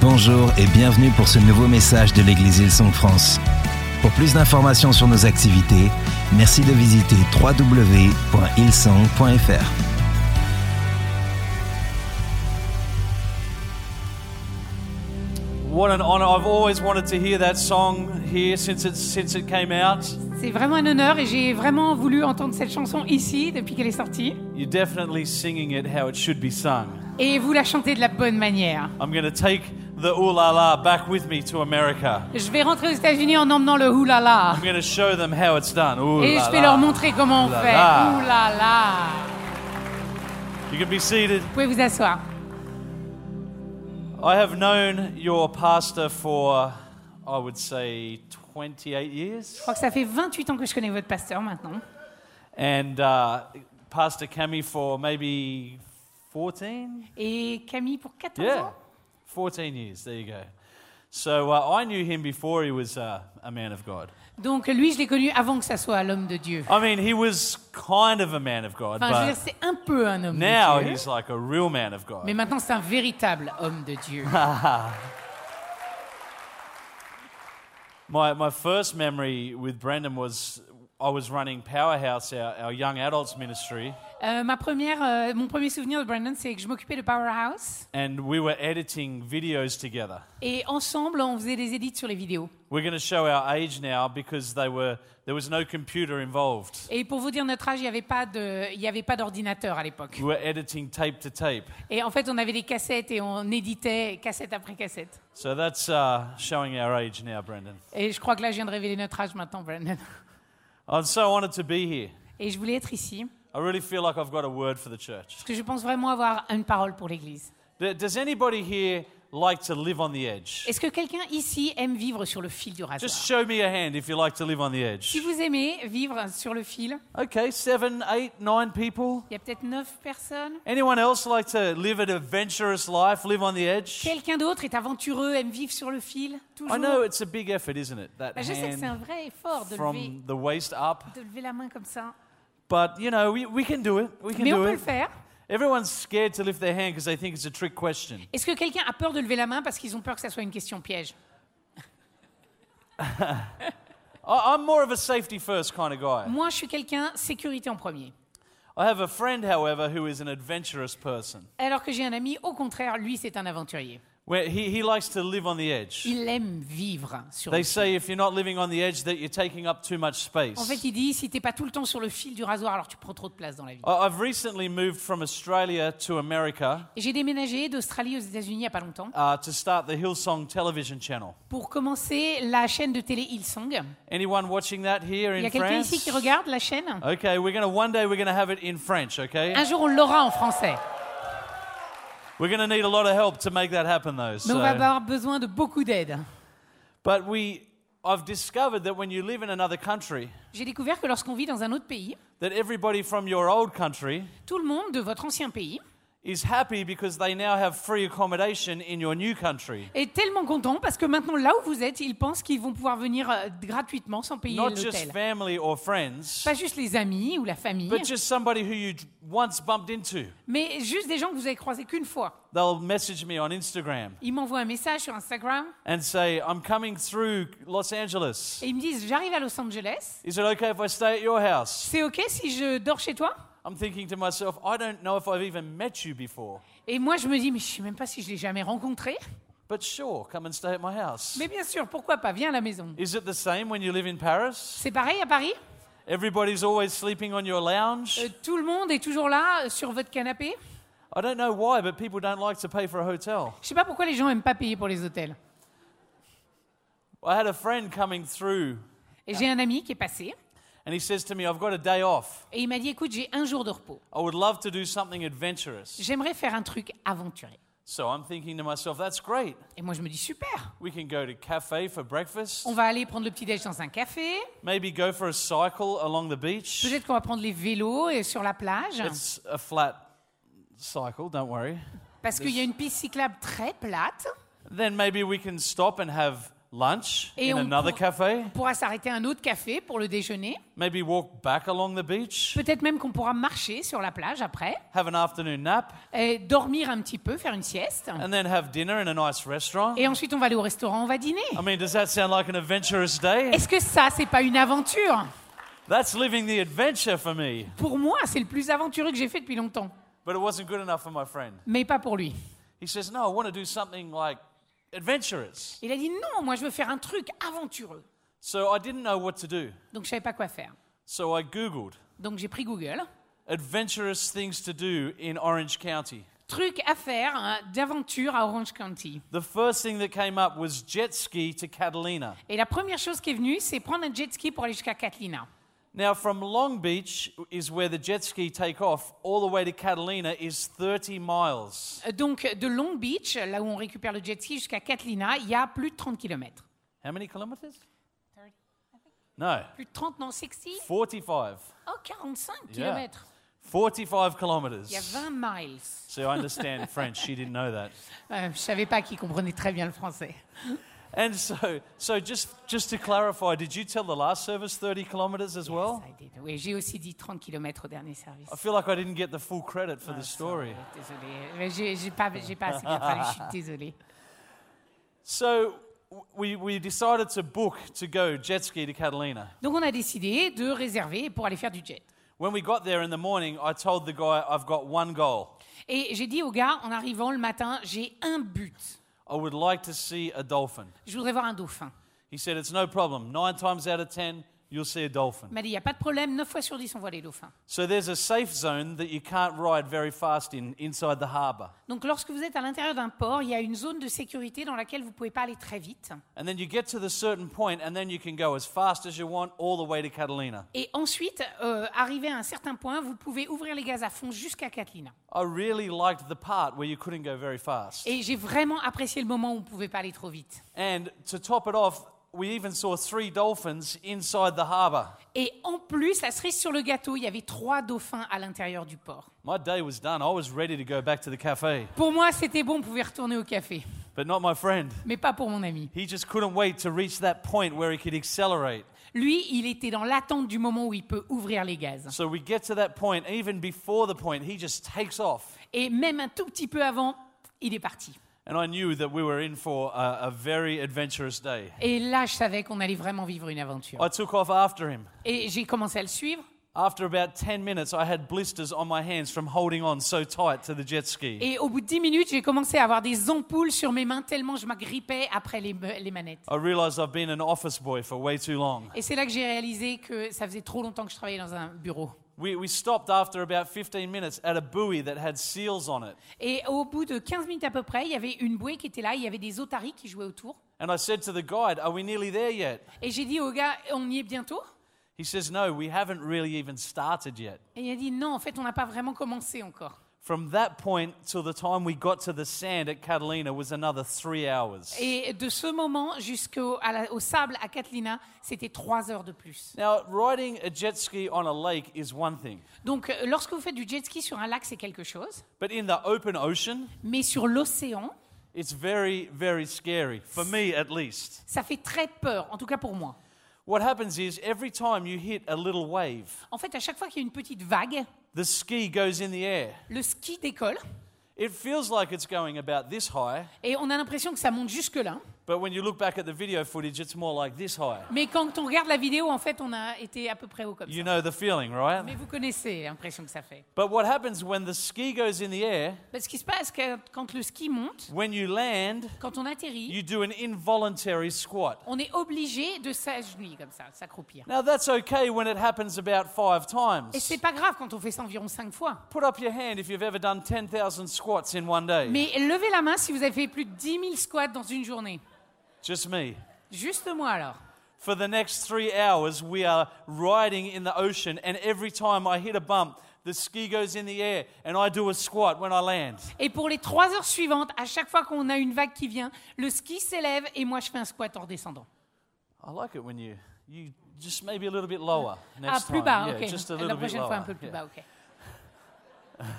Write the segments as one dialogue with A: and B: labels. A: Bonjour et bienvenue pour ce nouveau message de l'Église Hillsong France. Pour plus d'informations sur nos activités, merci de visiter www.hillsong.fr.
B: What an honor. I've always wanted to hear that song here since it, since it came out.
C: C'est vraiment un honneur et j'ai vraiment voulu entendre cette chanson ici depuis qu'elle est sortie.
B: You're definitely singing it how it should be sung.
C: Et vous la chantez de la bonne manière.
B: I'm going to take the ooh la la back with me to America.
C: Je vais rentrer aux États-Unis en emmenant le oulala.
B: I'm going to show them how it's done. Ooh
C: Et
B: la
C: je vais
B: la.
C: leur montrer comment on
B: Ouh là
C: fait.
B: là.
C: Oulala.
B: You can be seated.
C: Vous pouvez vous asseoir.
B: I have known your pastor for, I would say, 28 years.
C: Je crois que ça fait 28 ans que je connais votre pasteur maintenant.
B: And uh, Pastor Cami for maybe 14?
C: Et Camille pour 14
B: Yeah,
C: ans.
B: 14 years. There you go. So uh, I knew him before he was uh, a man of God.
C: Donc lui, je l'ai connu avant que ça soit l'homme de Dieu.
B: I mean, he was kind of a man of God,
C: Enfin, je veux dire,
B: but
C: c'est un peu un homme
B: Bah, now
C: de Dieu.
B: he's like a real man of
C: Mais
B: God.
C: maintenant, c'est un véritable homme de Dieu.
B: My, my first memory with Brendan was I was running Powerhouse, our, our young adults ministry,
C: Euh, ma première, euh, mon premier souvenir de Brandon, c'est que je m'occupais de Powerhouse.
B: and we were editing videos together.
C: Et ensemble, on faisait des édits sur les vidéos.
B: We're going to show our age now because they were, there was no computer involved.
C: Et pour vous dire notre âge, il n'y avait pas de, il y avait pas d'ordinateur à l'époque.
B: We were editing tape to tape.
C: Et en fait, on avait des cassettes et on éditait cassette après cassette.
B: So that's uh, showing our age now, Brendan.
C: Et je crois que là, je viens de révéler notre âge maintenant, Brandon.
B: I'm so honored to be here.
C: Et je voulais être ici
B: I really feel like I've got a word for the church.
C: parce que je pense vraiment avoir une parole pour l'Église.
B: D- Does anybody here like to live on the edge?
C: Est-ce que quelqu'un ici aime vivre sur le fil du rasoir
B: Just show me a hand if you like to live on the edge.
C: Si vous aimez vivre sur le fil,
B: Okay, seven, eight, nine people.
C: il y a peut-être neuf personnes.
B: Anyone else like to live an adventurous life, live on the edge?
C: Quelqu'un d'autre est aventureux, aime vivre sur le fil
B: I know
C: toujours. Bah,
B: it's a big effort, isn't it? That
C: Je sais que c'est un
B: hand
C: vrai effort de lever,
B: from the waist up.
C: de lever la main comme ça,
B: But, you know, we, we can do it. We can
C: mais on
B: do
C: peut le
B: it.
C: faire.
B: Everyone's scared to lift their hand because they think it's a trick question.
C: Est-ce que quelqu'un a peur de lever la main parce qu'ils ont peur que ça soit une question piège
B: I, I'm more of a safety first kind of guy.
C: Moi, je suis quelqu'un sécurité en premier.
B: I have a friend, however, who is an adventurous person.
C: Alors que j'ai un ami, au contraire, lui, c'est un aventurier.
B: Where he, he likes to live on the edge.
C: Il aime vivre sur le
B: They
C: fil.
B: say if you're not living on the edge, that you're taking up too much space.
C: En fait, il dit, si t'es pas tout le temps sur le fil du rasoir, alors tu prends trop de place dans la vie.
B: I- I've recently moved from Australia to America
C: Et J'ai déménagé d'Australie aux États-Unis il n'y a pas longtemps
B: uh, to start the Hillsong television channel.
C: pour commencer la chaîne de télé Hillsong.
B: Anyone watching that here
C: Il y
B: in
C: a quelqu'un
B: France? Oh.
C: ici qui regarde Ah. la chaîne
B: Okay, we're gonna one day we're gonna have it in French. Okay,
C: Un jour, on l'aura en français.
B: we're gonna need a lot of help to make that happen, though.
C: Mais on
B: so-
C: va avoir besoin de beaucoup d'aide.
B: But we, I've discovered that when you live in another country,
C: J'ai découvert que lorsqu'on vit dans un autre pays,
B: that everybody from your old country
C: tout le monde de votre ancien pays
B: is happy because they now have free accommodation in your new country.
C: est tellement content parce que maintenant, là où vous êtes, ils pensent qu'ils vont pouvoir venir euh, gratuitement sans payer
B: Not just
C: l'hôtel.
B: family or friends,
C: Pas juste les amis ou la famille,
B: but just somebody who you once bumped into.
C: mais juste des gens que vous avez croisés qu'une fois.
B: They'll message me on Instagram
C: Ils m'envoient un message sur Instagram
B: and say, I'm coming through Los Angeles.
C: et ils me disent J'arrive à Los Angeles.
B: Is it okay if I stay at your house?
C: C'est OK si je dors chez toi
B: I'm thinking to myself, I don't know if I've even met you before,
C: Et moi, je me dis Mais je sais même pas si je l'ai jamais rencontré.
B: but sure, come and stay at my house.
C: Mais bien sûr, pourquoi pas Viens à la maison.
B: Is it the same when you live in Paris?
C: C'est pareil à Paris
B: Everybody's always sleeping on your lounge.
C: Euh, Tout le monde est toujours là euh, sur votre canapé.
B: I don't know why, but people don't like to pay for a hotel.
C: Je sais pas pourquoi les gens aiment pas payer pour les hôtels.
B: I had a friend coming through
C: Et j'ai un ami qui est passé
B: and he says to me, I've got a day off.
C: et il m'a dit Écoute, j'ai un jour de repos.
B: I would love to do something adventurous.
C: J'aimerais faire un truc aventuré.
B: So I'm thinking to myself, that's great.
C: Et moi, je me dis Super
B: We can go to cafe for breakfast,
C: On va aller prendre le petit-déj dans un café.
B: maybe go for a cycle along the beach.
C: Peut-être qu'on va prendre les vélos et sur la plage.
B: It's a flat cycle, don't worry.
C: Parce qu'il y a une piste cyclable très plate.
B: Then maybe we can stop and have lunch
C: Et
B: in
C: on
B: another
C: pour-
B: cafe,
C: On pourra s'arrêter à un autre café pour le déjeuner.
B: maybe walk back along the beach,
C: Peut-être même qu'on pourra marcher sur la plage après,
B: have an afternoon nap,
C: et dormir un petit peu, faire une sieste.
B: and then have dinner in a nice restaurant.
C: Et ensuite, on va aller au restaurant, on va dîner.
B: I mean, does that sound like an adventurous day?
C: Est-ce que ça, c'est pas une aventure
B: That's living the adventure for me.
C: Pour moi, c'est le plus aventureux que j'ai fait depuis longtemps.
B: But it wasn't good enough for my friend.
C: Mais pas pour lui.
B: He says, No, I want to do something like adventurous.
C: Il a dit non, moi je veux faire un truc aventureux.
B: So I didn't know what to do.
C: Donc je savais pas quoi faire.
B: So I Googled
C: Donc j'ai pris Google.
B: adventurous things to do in Orange County.
C: Truc à faire hein, d'aventure à Orange County.
B: The first thing that came up was jet ski to Catalina.
C: Et la première chose qui est venue, c'est prendre un jet ski pour aller jusqu'à Catalina.
B: Now, from Long Beach is where the jet ski take off, all the way to Catalina is 30 miles.
C: Euh, Donc de Long Beach, là où on récupère le jet ski, jusqu'à Catalina, il y a plus de 30 km.
B: How many kilometers? No,
C: Plus de 30, non, 60
B: 45.
C: Oh, 45
B: Yeah.
C: km.
B: 45
C: Il y a
B: kilometers.
C: 20 miles.
B: So I understand French. She didn't know that.
C: Euh, je ne savais pas qu'il comprenait très bien le français.
B: And so, so just, just to clarify, did you tell the last service 30 kilometers as well?
C: Ça a été- Oui, j'ai aussi dit 30 km au dernier service.
B: I feel like I didn't get the full credit for the story.
C: Désolée, mais j'ai j'ai pas, j'ai pas assez bien parlé, je suis désolée.
B: So w- we, we decided to book to go jet ski to Catalina.
C: Donc on a décidé de réserver pour aller faire du jet.
B: When we got there in the morning, I told the guy, I've got one goal.
C: Et j'ai dit aux gars, en arrivant le matin, j'ai un but.
B: I would like to see a dolphin.
C: Je voudrais voir un dauphin.
B: He said, It's no problem. Nine times out of ten, you'll see a
C: Il
B: dolphin.
C: m'a dit, il n'y a pas de problème, 9 fois sur 10, on voit les dauphins.
B: So there's a safe zone that you can't ride very fast in inside the harbour.
C: Donc lorsque vous êtes à l'intérieur d'un port, il y a une zone de sécurité dans laquelle vous ne pouvez pas aller très vite.
B: And then you get to the certain point, and then you can go as fast as you want all the way to Catalina.
C: Et ensuite, euh, arrivé à un certain point, vous pouvez ouvrir les gaz à fond jusqu'à Catalina.
B: I really liked the part where you couldn't go very fast.
C: Et j'ai vraiment apprécié le moment où on ne pouvait pas aller trop vite.
B: And to top it off, we even saw three dolphins inside the harbour.
C: Et en plus, la cerise sur le gâteau, il y avait trois dauphins à l'intérieur du port.
B: My day was done. I was ready to go back to the cafe,
C: Pour moi, c'était bon, on pouvait retourner au café,
B: but not my friend.
C: mais pas pour mon ami.
B: He just couldn't wait to reach that point where he could accelerate.
C: Lui, il était dans l'attente du moment où il peut ouvrir les gaz.
B: So we get to that point, even before the point, he just takes off.
C: Et même un tout petit peu avant, il est parti.
B: And I knew that we were in for a, a very adventurous day.
C: Et là, je savais qu'on allait vraiment vivre une aventure.
B: I took off after him.
C: Et j'ai commencé à le suivre.
B: After about 10 minutes, I had blisters on my hands from holding on so tight to the jet ski.
C: Et au bout de 10 minutes, j'ai commencé à avoir des ampoules sur mes mains tellement je m'agrippais après les, me- les manettes.
B: I realized I've been an office boy for way too long.
C: Et c'est là que j'ai réalisé que ça faisait trop longtemps que je travaillais dans un bureau.
B: We, we stopped after about 15 minutes at a buoy that had seals on it.
C: Et au bout de 15 minutes à peu près, il y avait une bouée qui était là, il y avait des otaries qui jouaient autour.
B: And I said to the guide, Are we nearly there yet?
C: Et j'ai dit au gars, on y est bientôt
B: He says, No, we haven't really even started yet.
C: Et il a dit, non, en fait, on n'a pas vraiment commencé encore.
B: From that point till the time we got to the sand at Catalina was another three hours.
C: Et de ce moment jusqu'au à la- au sable à Catalina, c'était trois heures de plus.
B: Now, riding a jet ski on a lake is one thing,
C: Donc, euh, lorsque vous faites du jet ski sur un lac, c'est quelque chose.
B: but in the open ocean,
C: Mais sur l'océan,
B: it's very, very scary, for me at least.
C: ça fait très peur, en tout cas pour moi.
B: What happens is every time you hit a little wave,
C: En fait, à chaque fois qu'il y a une petite vague,
B: the ski goes in the air.
C: le ski décolle
B: It feels like it's going about this high,
C: et on a l'impression que ça monte jusque-là.
B: but when you look back at the video footage, it's more like this high.
C: Mais quand on regarde la vidéo, en fait, on a été à peu près haut comme ça.
B: You know the feeling, right?
C: Mais vous connaissez l'impression que ça fait.
B: But what happens when the ski goes in the air,
C: Ben, ce qui se passe, que quand le ski monte,
B: when you land,
C: quand on atterrit,
B: you do an involuntary squat.
C: on est obligé de s'agenouiller comme ça, s'accroupir.
B: Now, that's okay when it happens about five times.
C: Et c'est pas grave quand on fait ça environ cinq fois.
B: Put up your hand if you've ever done 10,000 squats in one day.
C: Mais levez la main si vous avez fait plus de 10 000 squats dans une journée.
B: Just me.
C: Juste moi alors.
B: For the next three hours, we are riding in the ocean, and every time I hit a bump, the ski goes in the air, and I do a squat when I land.
C: Et pour les trois heures suivantes, à chaque fois qu'on a une vague qui vient, le ski s'élève et moi je fais un squat en redescendant.
B: I like it when you, you just maybe a little bit lower
C: Ah,
B: next
C: plus
B: time.
C: bas,
B: yeah,
C: ok.
B: just a
C: la
B: little bit
C: prochaine
B: lower.
C: fois un peu plus
B: Yeah.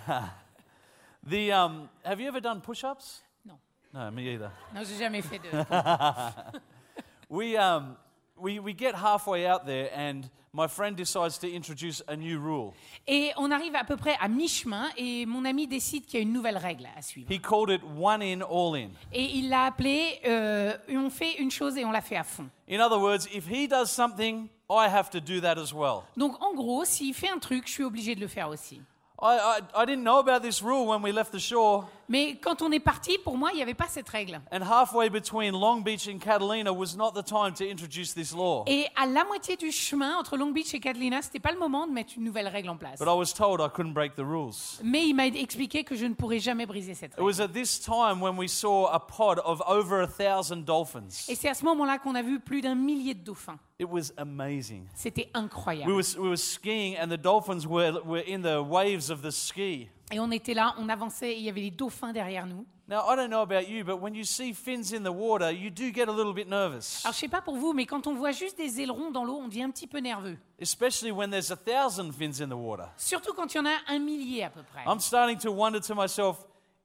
C: bas, ok.
B: The, um, have you ever done push ups?
C: Non,
B: No, me either.
C: non, j'ai jamais fait de.
B: we, um, we, we get halfway out there, and my friend decides to introduce a new rule.
C: Et on arrive à peu près à mi-chemin et mon ami décide qu'il y a une nouvelle règle à suivre.
B: He called it one in, all in.
C: Et il l'a appelée euh, on fait une chose et on la fait à fond.
B: In other words, if he does something, I have to do that as well.
C: Donc en gros, s'il fait un truc, je suis obligé de le faire aussi.
B: I, I, I didn't know about this rule when we left the shore,
C: Mais quand on est parti, pour moi, il n'y avait pas cette règle.
B: and halfway between Long Beach and Catalina was not the time to introduce this law.
C: Et à la moitié du chemin entre Long Beach et Catalina, c'était pas le moment de mettre une nouvelle règle en place.
B: But I was told I couldn't break the rules.
C: Mais il m'a expliqué que je ne pourrais jamais briser cette
B: It
C: règle.
B: was at this time when we saw a pod of over a thousand dolphins.
C: Et c'est à ce moment-là qu'on a vu plus d'un millier de dauphins.
B: It was amazing.
C: C'était
B: We
C: incroyable.
B: were, we were skiing, and the dolphins were, were in the waves of the ski.
C: Et on était là, on avançait, et il y avait les dauphins derrière nous.
B: Now, I don't know about you, but when you see fins in the water, you do get a little bit nervous,
C: Alors je sais pas pour vous, mais quand on voit juste des ailerons dans l'eau, on devient un petit peu nerveux.
B: especially when there's a thousand fins in the water.
C: Surtout quand il y en a un millier à peu près.
B: I'm starting to wonder to myself,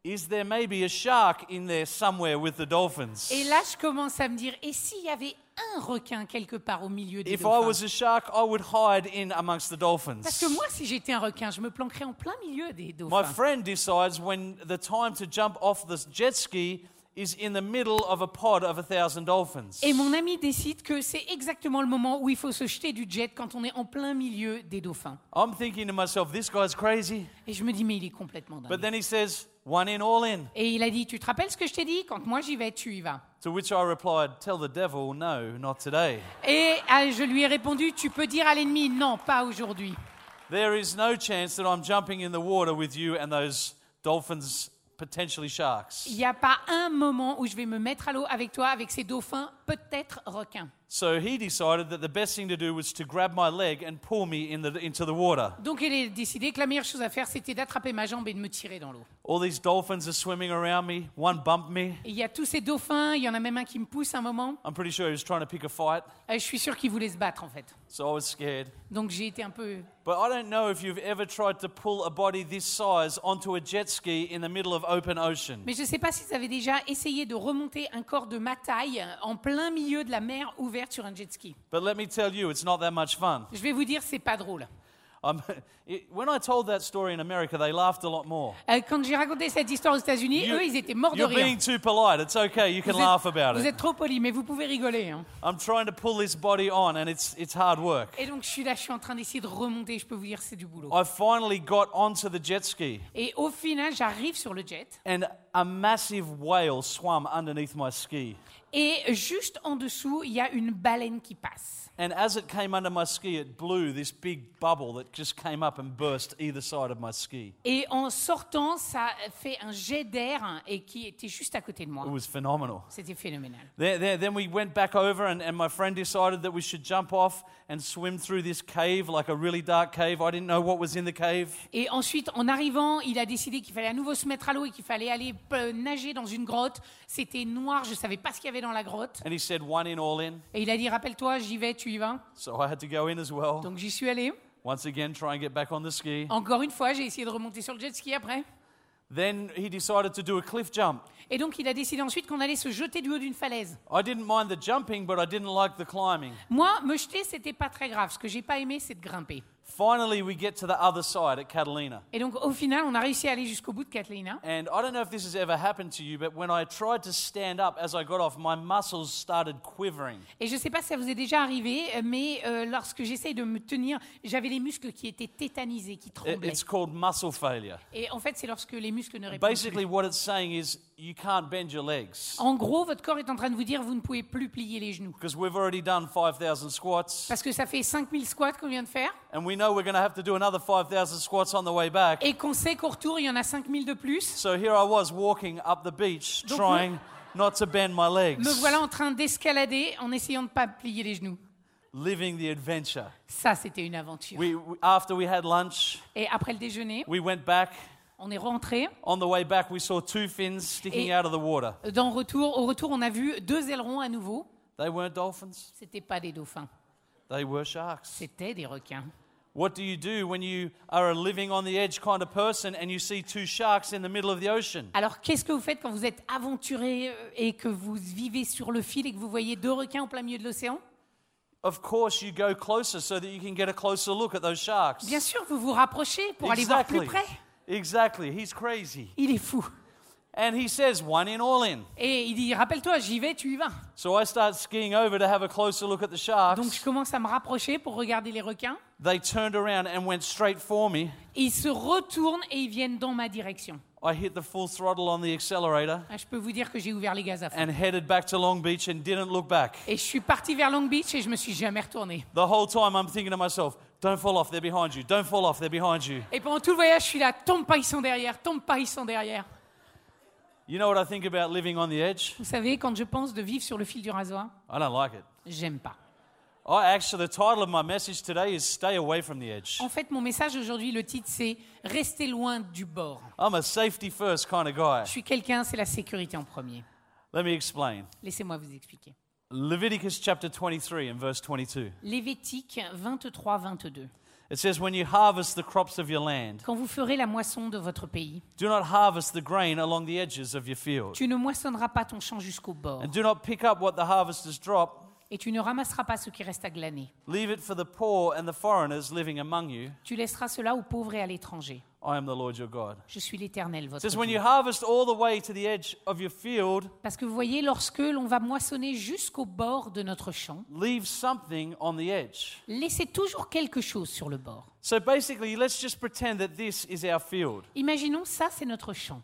B: is there maybe a shark in there somewhere with the dolphins?
C: Et là, je commence à me dire, et s'il y avait un requin quelque part au milieu des
B: If I was
C: dauphins
B: a shark, I would hide in amongst the
C: Parce
B: dolphins.
C: que moi, si j'étais un requin, je me planquerais en plein milieu des
B: My
C: dauphins.
B: friend decides when the time to jump off the jet ski is in the middle of a pod of a thousand dolphins.
C: Et mon ami décide que c'est exactement le moment où il faut se jeter du jet quand on est en plein milieu des dauphins.
B: I'm thinking to myself, this guy's crazy.
C: Et je me dis, mais il est complètement dingue.
B: But then he says, one in, all in.
C: Et il a dit, tu te rappelles ce que je t'ai dit Quand moi j'y vais, tu y vas.
B: To which I replied, tell the devil, no, not today.
C: Et ah, je lui ai répondu, tu peux dire à l'ennemi, non, pas aujourd'hui.
B: There is no chance that I'm jumping in the water with you and those dolphins, potentially sharks.
C: Il n'y a pas un moment où je vais me mettre à l'eau avec toi, avec ces dauphins, peut-être requins.
B: So he decided that the best thing to do was to grab my leg and pull me in the, into the water.
C: Donc il a décidé que la meilleure chose à faire, c'était d'attraper ma jambe et de me tirer dans l'eau.
B: All these dolphins are swimming around me. One bumped me.
C: Et Il y a tous ces dauphins, il y en a même un qui me pousse un moment.
B: I'm pretty sure he was trying to pick a fight,
C: Euh, je suis sûr qu'il voulait se battre en fait.
B: so I was scared.
C: Donc j'ai été un peu...
B: But I don't know if you've ever tried to pull a body this size onto a jet ski in the middle of open ocean.
C: Mais je ne sais pas si vous avez déjà essayé de remonter un corps de ma taille euh, en plein milieu de la mer ouverte sur un jet ski.
B: But let me tell you, it's not that much fun.
C: Je vais vous dire, c'est pas drôle.
B: Um, it, when I told that story in America, they laughed a lot more.
C: Euh, quand j'ai raconté cette histoire aux États-Unis, eux, ils étaient morts de
B: you're
C: rire.
B: being too polite. It's okay. You can
C: Vous
B: laugh
C: êtes,
B: about
C: vous
B: it.
C: êtes trop poli, mais vous pouvez rigoler. hein.
B: I'm trying to pull this body on, and it's, it's hard work.
C: Et donc, je suis là, je suis en train d'essayer de remonter. Je peux vous dire, c'est du boulot.
B: I finally got onto the jet ski,
C: Et au final, j'arrive sur le jet.
B: and a massive whale swam underneath my ski.
C: Et juste en dessous, il y a une baleine qui passe.
B: And as it came under my ski, it blew this big bubble that just came up and burst either side of my ski.
C: Et en sortant, ça fait un jet d'air hein, et qui était juste à côté de moi.
B: It was phenomenal.
C: C'était phénoménal.
B: There, there, then we went back over, and, and my friend decided that we should jump off and swim through this cave, like a really dark cave. I didn't know what was in the cave.
C: Et ensuite, en arrivant, il a décidé qu'il fallait à nouveau se mettre à l'eau et qu'il fallait aller euh, nager dans une grotte. C'était noir, je savais pas ce qu'il y avait dans la grotte.
B: And he said, One in, all in.
C: Et il a dit, rappelle-toi, j'y vais, tu y vas.
B: So I had to go in as well.
C: Donc j'y suis allé.
B: Once again, try and get back on the ski.
C: Encore une fois, j'ai essayé de remonter sur le jet ski après.
B: Then he decided to do a cliff jump.
C: Et donc, il a décidé ensuite qu'on allait se jeter du haut d'une falaise.
B: I didn't mind the jumping, but I didn't like the climbing.
C: Moi, me jeter, c'était pas très grave. Ce que j'ai pas aimé, c'est de grimper.
B: Finally, we get to the other side at Catalina.
C: Et donc, au final, on a réussi à aller jusqu'au bout de hein. Catalina.
B: And I don't know if this has ever happened to you, but when I tried to stand up as I got off, my muscles started quivering.
C: Et je sais pas si ça vous est déjà arrivé, euh, mais euh, lorsque j'essaye de me tenir, j'avais les muscles qui étaient tétanisés, qui
B: It-
C: tremblaient.
B: It's called muscle failure.
C: Et en fait, c'est lorsque les muscles ne répondent plus.
B: Basically, what it's saying is you can't bend your legs
C: En gros, votre corps est en train de vous dire vous ne pouvez plus plier les genoux.
B: because we've already done 5,000 squats
C: Parce que ça fait 5000 squats qu'on vient de faire
B: and we know we're going to have to do another 5,000 squats on the way back.
C: et qu'on sait qu'au retour, il y en a 5000 de plus.
B: So here I was walking up the beach
C: Donc,
B: trying not to bend my
C: Me
B: legs,
C: voilà en train d'escalader en essayant de ne pas plier les genoux.
B: living the adventure.
C: Ça, c'était une aventure.
B: We, we- after we had lunch,
C: Et après le déjeuner,
B: we went back.
C: on est rentré.
B: On the way back, we saw two fins sticking
C: Et-
B: out of the water.
C: Dans retour, au retour, on a vu deux ailerons à nouveau.
B: They weren't dolphins,
C: C'était pas des dauphins,
B: they were sharks.
C: c'était des requins.
B: What do you do when you are a living on the edge kind of person and you see two sharks in the middle of the ocean?
C: Alors, qu'est-ce que vous faites quand vous êtes aventuré euh, et que vous vivez sur le fil et que vous voyez deux requins au plein milieu de l'océan
B: Of course, you go closer so that you can get a closer look at those sharks.
C: Bien sûr, vous vous rapprochez pour aller voir plus près.
B: Exactly. He's crazy.
C: Il est fou.
B: And he says, one in, all in.
C: Et il dit Rappelle-toi, j'y vais, tu y vas.
B: So I start skiing over to have a closer look at the
C: Donc, je
B: sharks.
C: commence à me rapprocher pour regarder les requins.
B: They turned around and went straight for me.
C: Et ils se retournent et ils viennent dans ma direction.
B: I hit the full throttle on the accelerator
C: Ah, Je peux vous dire que j'ai ouvert les gaz à fond.
B: and headed back to Long Beach and didn't look back.
C: Et je suis parti vers Long Beach et je me suis jamais retourné.
B: The whole time I'm thinking to myself, don't fall off, they're behind you. Don't fall off, they're behind you.
C: Et pendant tout le voyage, je suis là, tombe pas, ils sont derrière, tombe pas, ils sont derrière.
B: You know what I think about living on the edge?
C: Vous savez, quand je pense de vivre sur le fil du rasoir,
B: I don't like it.
C: j'aime pas.
B: I actually, the title of my message today is Stay Away from the Edge.
C: En fait, mon message aujourd'hui, le titre, c'est Restez loin du bord.
B: I'm a safety first kind of guy.
C: Je suis quelqu'un, c'est la sécurité en premier.
B: Let me explain.
C: Laissez-moi vous expliquer.
B: Leviticus chapter 23 and verse 22.
C: Lévétique 23-22.
B: It says, When you harvest the crops of your land,
C: Quand vous ferez la moisson de votre pays,
B: do not harvest the grain along the edges of your field.
C: tu ne moissonneras pas ton champ jusqu'au bord,
B: And do not pick up what the harvesters drop.
C: et tu ne ramasseras pas ce qui reste à glaner.
B: Leave it for the poor and the foreigners living among you.
C: Tu laisseras cela aux pauvres et à l'étranger.
B: I am the Lord your God.
C: Je suis l'Éternel,
B: It
C: votre
B: says, when
C: Dieu.
B: you harvest all the way to the edge of your field,
C: Parce que vous voyez, lorsque l'on va moissonner jusqu'au bord de notre champ,
B: leave something on the edge.
C: laissez toujours quelque chose sur le bord.
B: So basically, let's just pretend that this is our field.
C: Imaginons ça, c'est notre champ.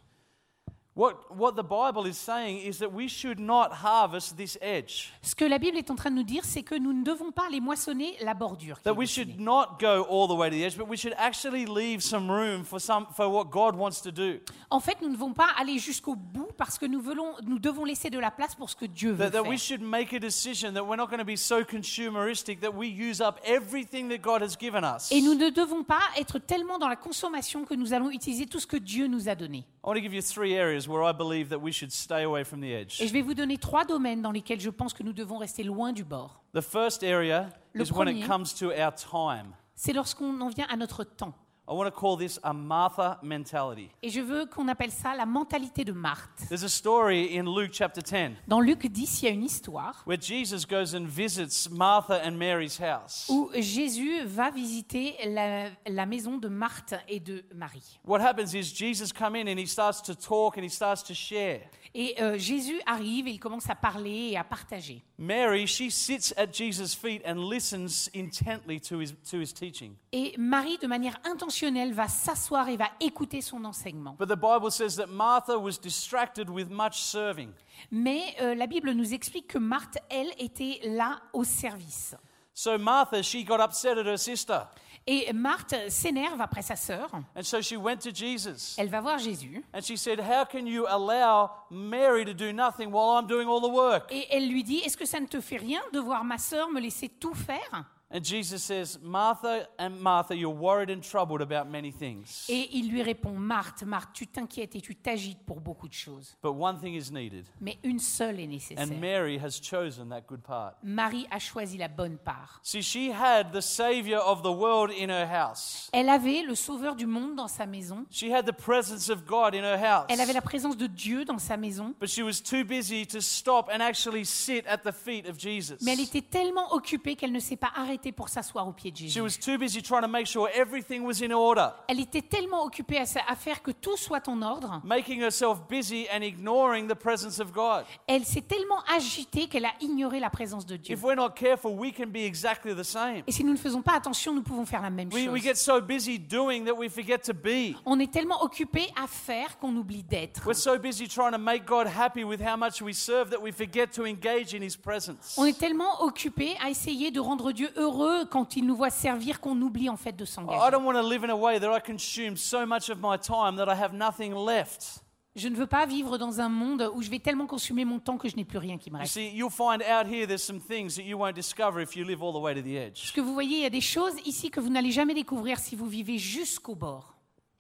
B: What, what the Bible is saying is that we should not harvest this edge,
C: Ce que la Bible est en train de nous dire, c'est que nous ne devons pas aller moissonner la bordure. qui
B: that
C: est
B: we
C: dessinée.
B: should not go all the way to the edge, but we should actually leave some room for, some, for what God wants to do.
C: En fait, nous ne devons pas aller jusqu'au bout parce que nous, voulons- nous devons laisser de la place pour ce que Dieu
B: That,
C: veut
B: that we
C: faire.
B: should make a decision that we're not going to be so consumeristic that we use up everything that God has given us.
C: Et nous ne devons pas être tellement dans la consommation que nous allons utiliser tout ce que Dieu nous a donné.
B: I want to give you three areas where I believe that we should stay away from the edge.
C: Et je vais vous donner trois domaines dans lesquels je pense que nous devons rester loin du bord.
B: The first area
C: Le
B: is when it
C: premier.
B: comes to our time.
C: C'est lorsqu'on en vient à notre temps.
B: I want to call this a Martha mentality.
C: Et je veux qu'on appelle ça la mentalité de Marthe.
B: There's a story in Luke chapter 10
C: Dans Luc 10, il y a une histoire
B: where Jesus goes and visits Martha and Mary's house.
C: où Jésus va visiter la, la maison de Marthe et de Marie.
B: What happens is Jesus come in and he starts to talk and he starts to share.
C: Et euh, Jésus arrive et il commence à parler et à partager.
B: Mary, she sits at Jesus' feet and listens intently to his, to his teaching.
C: Et Marie, de manière intentionnelle, va s'asseoir et va écouter son enseignement.
B: But the Bible says that Martha was distracted with much serving.
C: Mais euh, la Bible nous explique que Marthe, elle, était là au service.
B: So Martha, she got upset at her sister.
C: Et Marthe s'énerve après sa sœur.
B: And so she went to Jesus.
C: Elle va voir Jésus.
B: And she said, How can you allow Mary to do nothing while I'm doing all the work?
C: Et elle lui dit, est-ce que ça ne te fait rien de voir ma sœur me laisser tout faire
B: And Jesus says, Martha and Martha, you're worried and troubled about many things.
C: Et il lui répond, Marthe, Marthe, tu t'inquiètes et tu t'agites pour beaucoup de choses,
B: But one thing is needed.
C: mais une seule est nécessaire.
B: And Mary has chosen that good part.
C: Marie a choisi la bonne part.
B: See, she had the Savior of the world in her house.
C: Elle avait le Sauveur du monde dans sa maison.
B: She had the presence of God in her house.
C: Elle avait la présence de Dieu dans sa maison,
B: But she was too busy to stop and actually sit at the feet of Jesus.
C: mais elle était tellement occupée qu'elle ne s'est pas arrêtée pour s'asseoir aux pieds de
B: She
C: Jésus.
B: was too busy trying to make sure everything was in order.
C: Elle était tellement occupée à, sa- à faire que tout soit en ordre.
B: making herself busy and ignoring the presence of God.
C: Elle s'est tellement agitée qu'elle a ignoré la présence de Dieu.
B: If we're not careful, we can be exactly the same.
C: Et si nous ne faisons pas attention, nous pouvons faire la même
B: We, we
C: chose.
B: get so busy doing that we forget to be.
C: On est tellement occupé à faire qu'on oublie d'être.
B: We're so busy trying to make God happy with how much we serve that we forget to engage in His presence.
C: On est tellement occupé à essayer de rendre Dieu heureux quand il nous voit servir qu'on oublie en fait de
B: I
C: s'engager.
B: don't want to live in a way that I consume so much of my time that I have nothing left.
C: Je ne veux pas vivre dans un monde où je vais tellement consumer mon temps que je n'ai plus rien qui me
B: You
C: reste.
B: see, you'll find out here there's some things that you won't discover if you live all the way to the edge.
C: Parce que vous voyez, il y a des choses ici que vous n'allez jamais découvrir si vous vivez jusqu'au bord.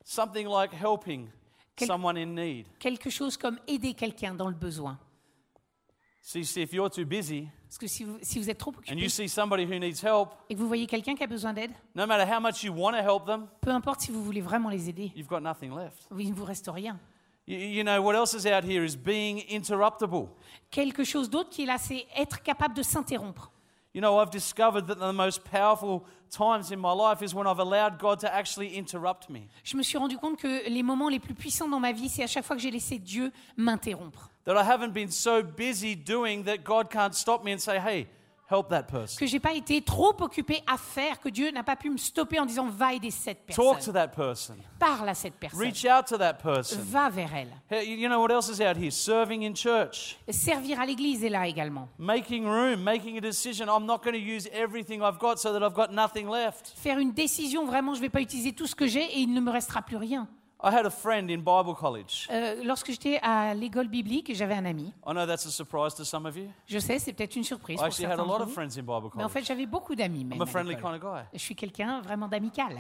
B: Something like helping
C: Quel-
B: someone in need.
C: Quelque chose comme aider quelqu'un dans le besoin.
B: See, see, if you're too busy,
C: Parce que si vous, si vous êtes trop
B: and
C: occupé
B: you see somebody who needs help,
C: et que vous voyez quelqu'un qui a besoin d'aide,
B: no matter how much you want to help them,
C: peu importe si vous voulez vraiment les aider,
B: you've got nothing left.
C: il ne vous reste rien.
B: You, you know, what else is out here is being interruptible.
C: Quelque chose d'autre qui est là, c'est être capable de s'interrompre.
B: You know, I've discovered that the most powerful times in my life is when I've allowed God to actually interrupt me.
C: Je me suis rendu compte que les moments les plus puissants dans ma vie, c'est à chaque fois que j'ai laissé Dieu m'interrompre.
B: That I haven't been so busy doing that God can't stop me and say, hey, help that person.
C: Que j'ai pas été trop occupé à faire, que Dieu n'a pas pu me stopper en disant va aider cette
B: Talk to
C: personne,
B: that person.
C: parle à cette personne,
B: Reach out to that person.
C: va vers elle.
B: Hey, You know what else is out here? Serving in church,
C: Servir à l'Église est là également.
B: making room, making a decision. I'm not going to use everything I've got so that I've got nothing left.
C: Faire une décision, vraiment, je ne vais pas utiliser tout ce que j'ai et il ne me restera plus rien.
B: I had a friend in Bible college.
C: Euh, lorsque j'étais à l'école biblique, j'avais un ami.
B: I know that's a surprise to some of you.
C: Je sais, c'est peut-être une surprise
B: I
C: pour
B: actually had a
C: certains
B: lot
C: d'entre
B: of
C: vous.
B: friends in Bible
C: Mais en fait,
B: college.
C: j'avais beaucoup d'amis. même
B: I'm a
C: à
B: friendly
C: l'école.
B: kind of guy.
C: Je suis quelqu'un vraiment d'amical.
B: I,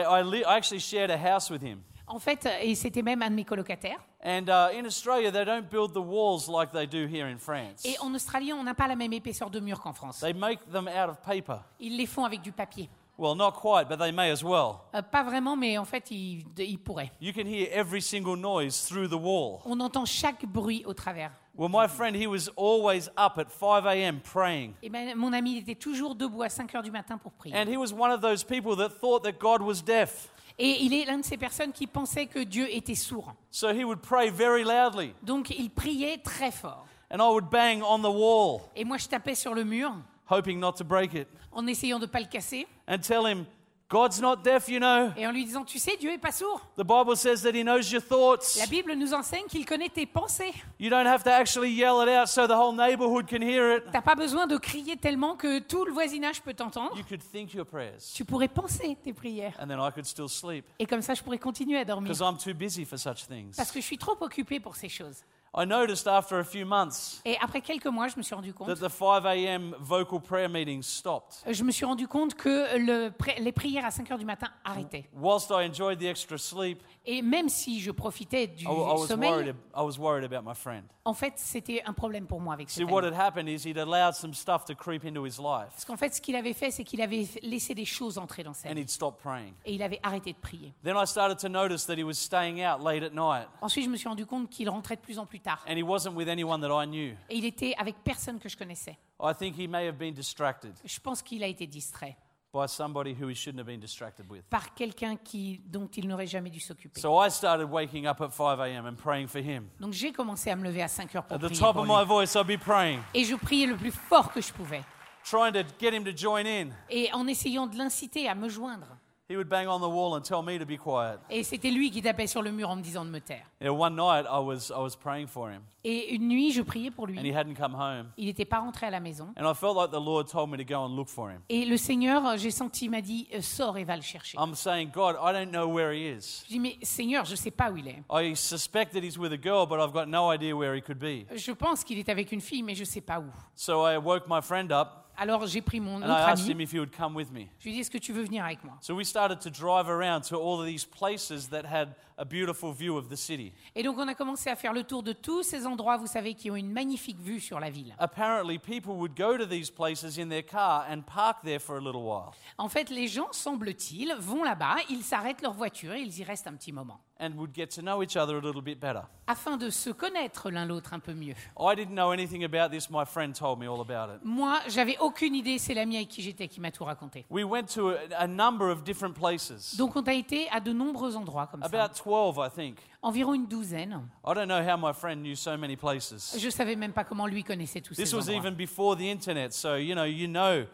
B: I, li- I actually shared a house with him.
C: En fait, et c'était même un de mes colocataires.
B: And uh, in Australia, they don't build the walls like they do here in France.
C: Et en Australie, on n'a pas la même épaisseur de mur qu'en France.
B: They make them out of paper.
C: Ils les font avec du papier.
B: Well, not quite, but they may as well.
C: Euh, pas vraiment, mais en fait, ils, de- ils pourraient.
B: You can hear every single noise through the wall.
C: On entend chaque bruit au travers.
B: Well, my friend, he was always up at 5 a.m. praying.
C: Et ben, mon ami il était toujours debout à 5 heures du matin pour prier.
B: And he was one of those people that thought that God was deaf.
C: Et il est l'un de ces personnes qui pensaient que Dieu était sourd.
B: So he would pray very loudly,
C: Donc il priait très fort.
B: and I would bang on the wall,
C: Et moi je tapais sur le mur
B: hoping not to break it,
C: en essayant de ne pas le casser
B: and tell him, God's not deaf, you know.
C: et en lui disant tu sais Dieu est pas sourd.
B: The Bible says that he knows your thoughts.
C: La Bible nous enseigne qu'il connaît tes pensées.
B: You don't have to actually yell it out so the whole neighborhood can hear it.
C: T'as pas besoin de crier tellement que tout le voisinage peut t'entendre.
B: You could think your prayers,
C: Tu pourrais penser tes prières
B: and then I could still sleep
C: et comme ça je pourrais continuer à dormir
B: because I'm too busy for such things.
C: parce que je suis trop occupée pour ces choses.
B: I noticed after a few months
C: Et après quelques mois, je me suis rendu
B: that
C: compte
B: the 5 a.m. vocal prayer meetings stopped.
C: je me suis rendu compte que le pri- les prières à 5 heures du matin arrêtaient.
B: Whilst I enjoyed the extra sleep,
C: Et même si je profitais du
B: I, I was worried,
C: sommeil,
B: ab- I was worried about my friend.
C: en fait, c'était un problème pour moi avec
B: See,
C: cet
B: what
C: ami.
B: had happened is he'd allowed some stuff to creep into his life
C: Parce qu'en fait, ce qu'il avait fait, c'est qu'il avait laissé des choses entrer dans sa
B: and
C: vie.
B: he'd stopped praying.
C: Et il avait arrêté de prier.
B: Then I started to notice that he was staying out late at night
C: Ensuite, je me suis rendu compte qu'il rentrait de plus en plus tard.
B: and he wasn't with anyone that I knew.
C: Et il était avec personne que je connaissais.
B: I think he may have been distracted
C: Je pense qu'il a été distrait
B: by somebody who he shouldn't have been distracted with.
C: par quelqu'un qui, dont il n'aurait jamais dû s'occuper.
B: So I started waking up at 5 a.m. and praying for him.
C: Donc j'ai commencé à me lever à 5 heures pour
B: At the
C: prier
B: top
C: pour
B: of my
C: lui.
B: voice, I'd be praying,
C: Et je priais le plus fort que je pouvais.
B: trying to get him to join in.
C: Et en essayant de l'inciter à me joindre.
B: He would bang on the wall and tell me to be quiet.
C: Et c'était lui qui tapait sur le mur en me disant de me taire.
B: You know, one night I was, I was praying for him
C: Et une nuit, je priais pour
B: and he
C: lui.
B: hadn't come home.
C: Il n'était pas rentré à la maison.
B: And I felt like the Lord told me to go and look for him.
C: Et le Seigneur, euh, j'ai senti, m'a dit euh, Sors et va le chercher.
B: I'm saying, God, I don't know where he is.
C: Je dis Mais Seigneur, je ne sais pas où il est.
B: I suspect that he's with a girl, but I've got no idea where he could be.
C: Je pense qu'il est avec une fille, mais je ne sais pas où.
B: So I woke my friend up
C: Alors j'ai pris mon
B: and
C: autre
B: I asked
C: ami.
B: him if he would come with me.
C: Je lui ai dit Est-ce que tu veux venir avec moi
B: So we started to drive around to all of these places that had a beautiful view of the city.
C: Et donc on a commencé à faire le tour de tous ces endroits, vous savez, qui ont une magnifique vue sur la ville.
B: Apparently, people would go to these places in their car and park there for a little while
C: En fait, les gens, semble-t-il, vont là-bas, ils s'arrêtent leur voiture et ils y restent un petit moment.
B: and would get to know each other a little bit better.
C: Afin de se connaître l'un l'autre un peu mieux.
B: I didn't know anything about this. My friend told me all about it.
C: Moi, j'avais aucune idée, c'est l'ami avec qui j'étais qui m'a tout raconté.
B: We went to a, a number of different places,
C: Donc on a été à de nombreux endroits comme ça,
B: about 12, I think.
C: environ une douzaine.
B: I don't know how my friend knew so many places.
C: Je savais même pas comment lui connaissait tous
B: This
C: ces
B: was
C: endroits.
B: even before the internet, so you know, you know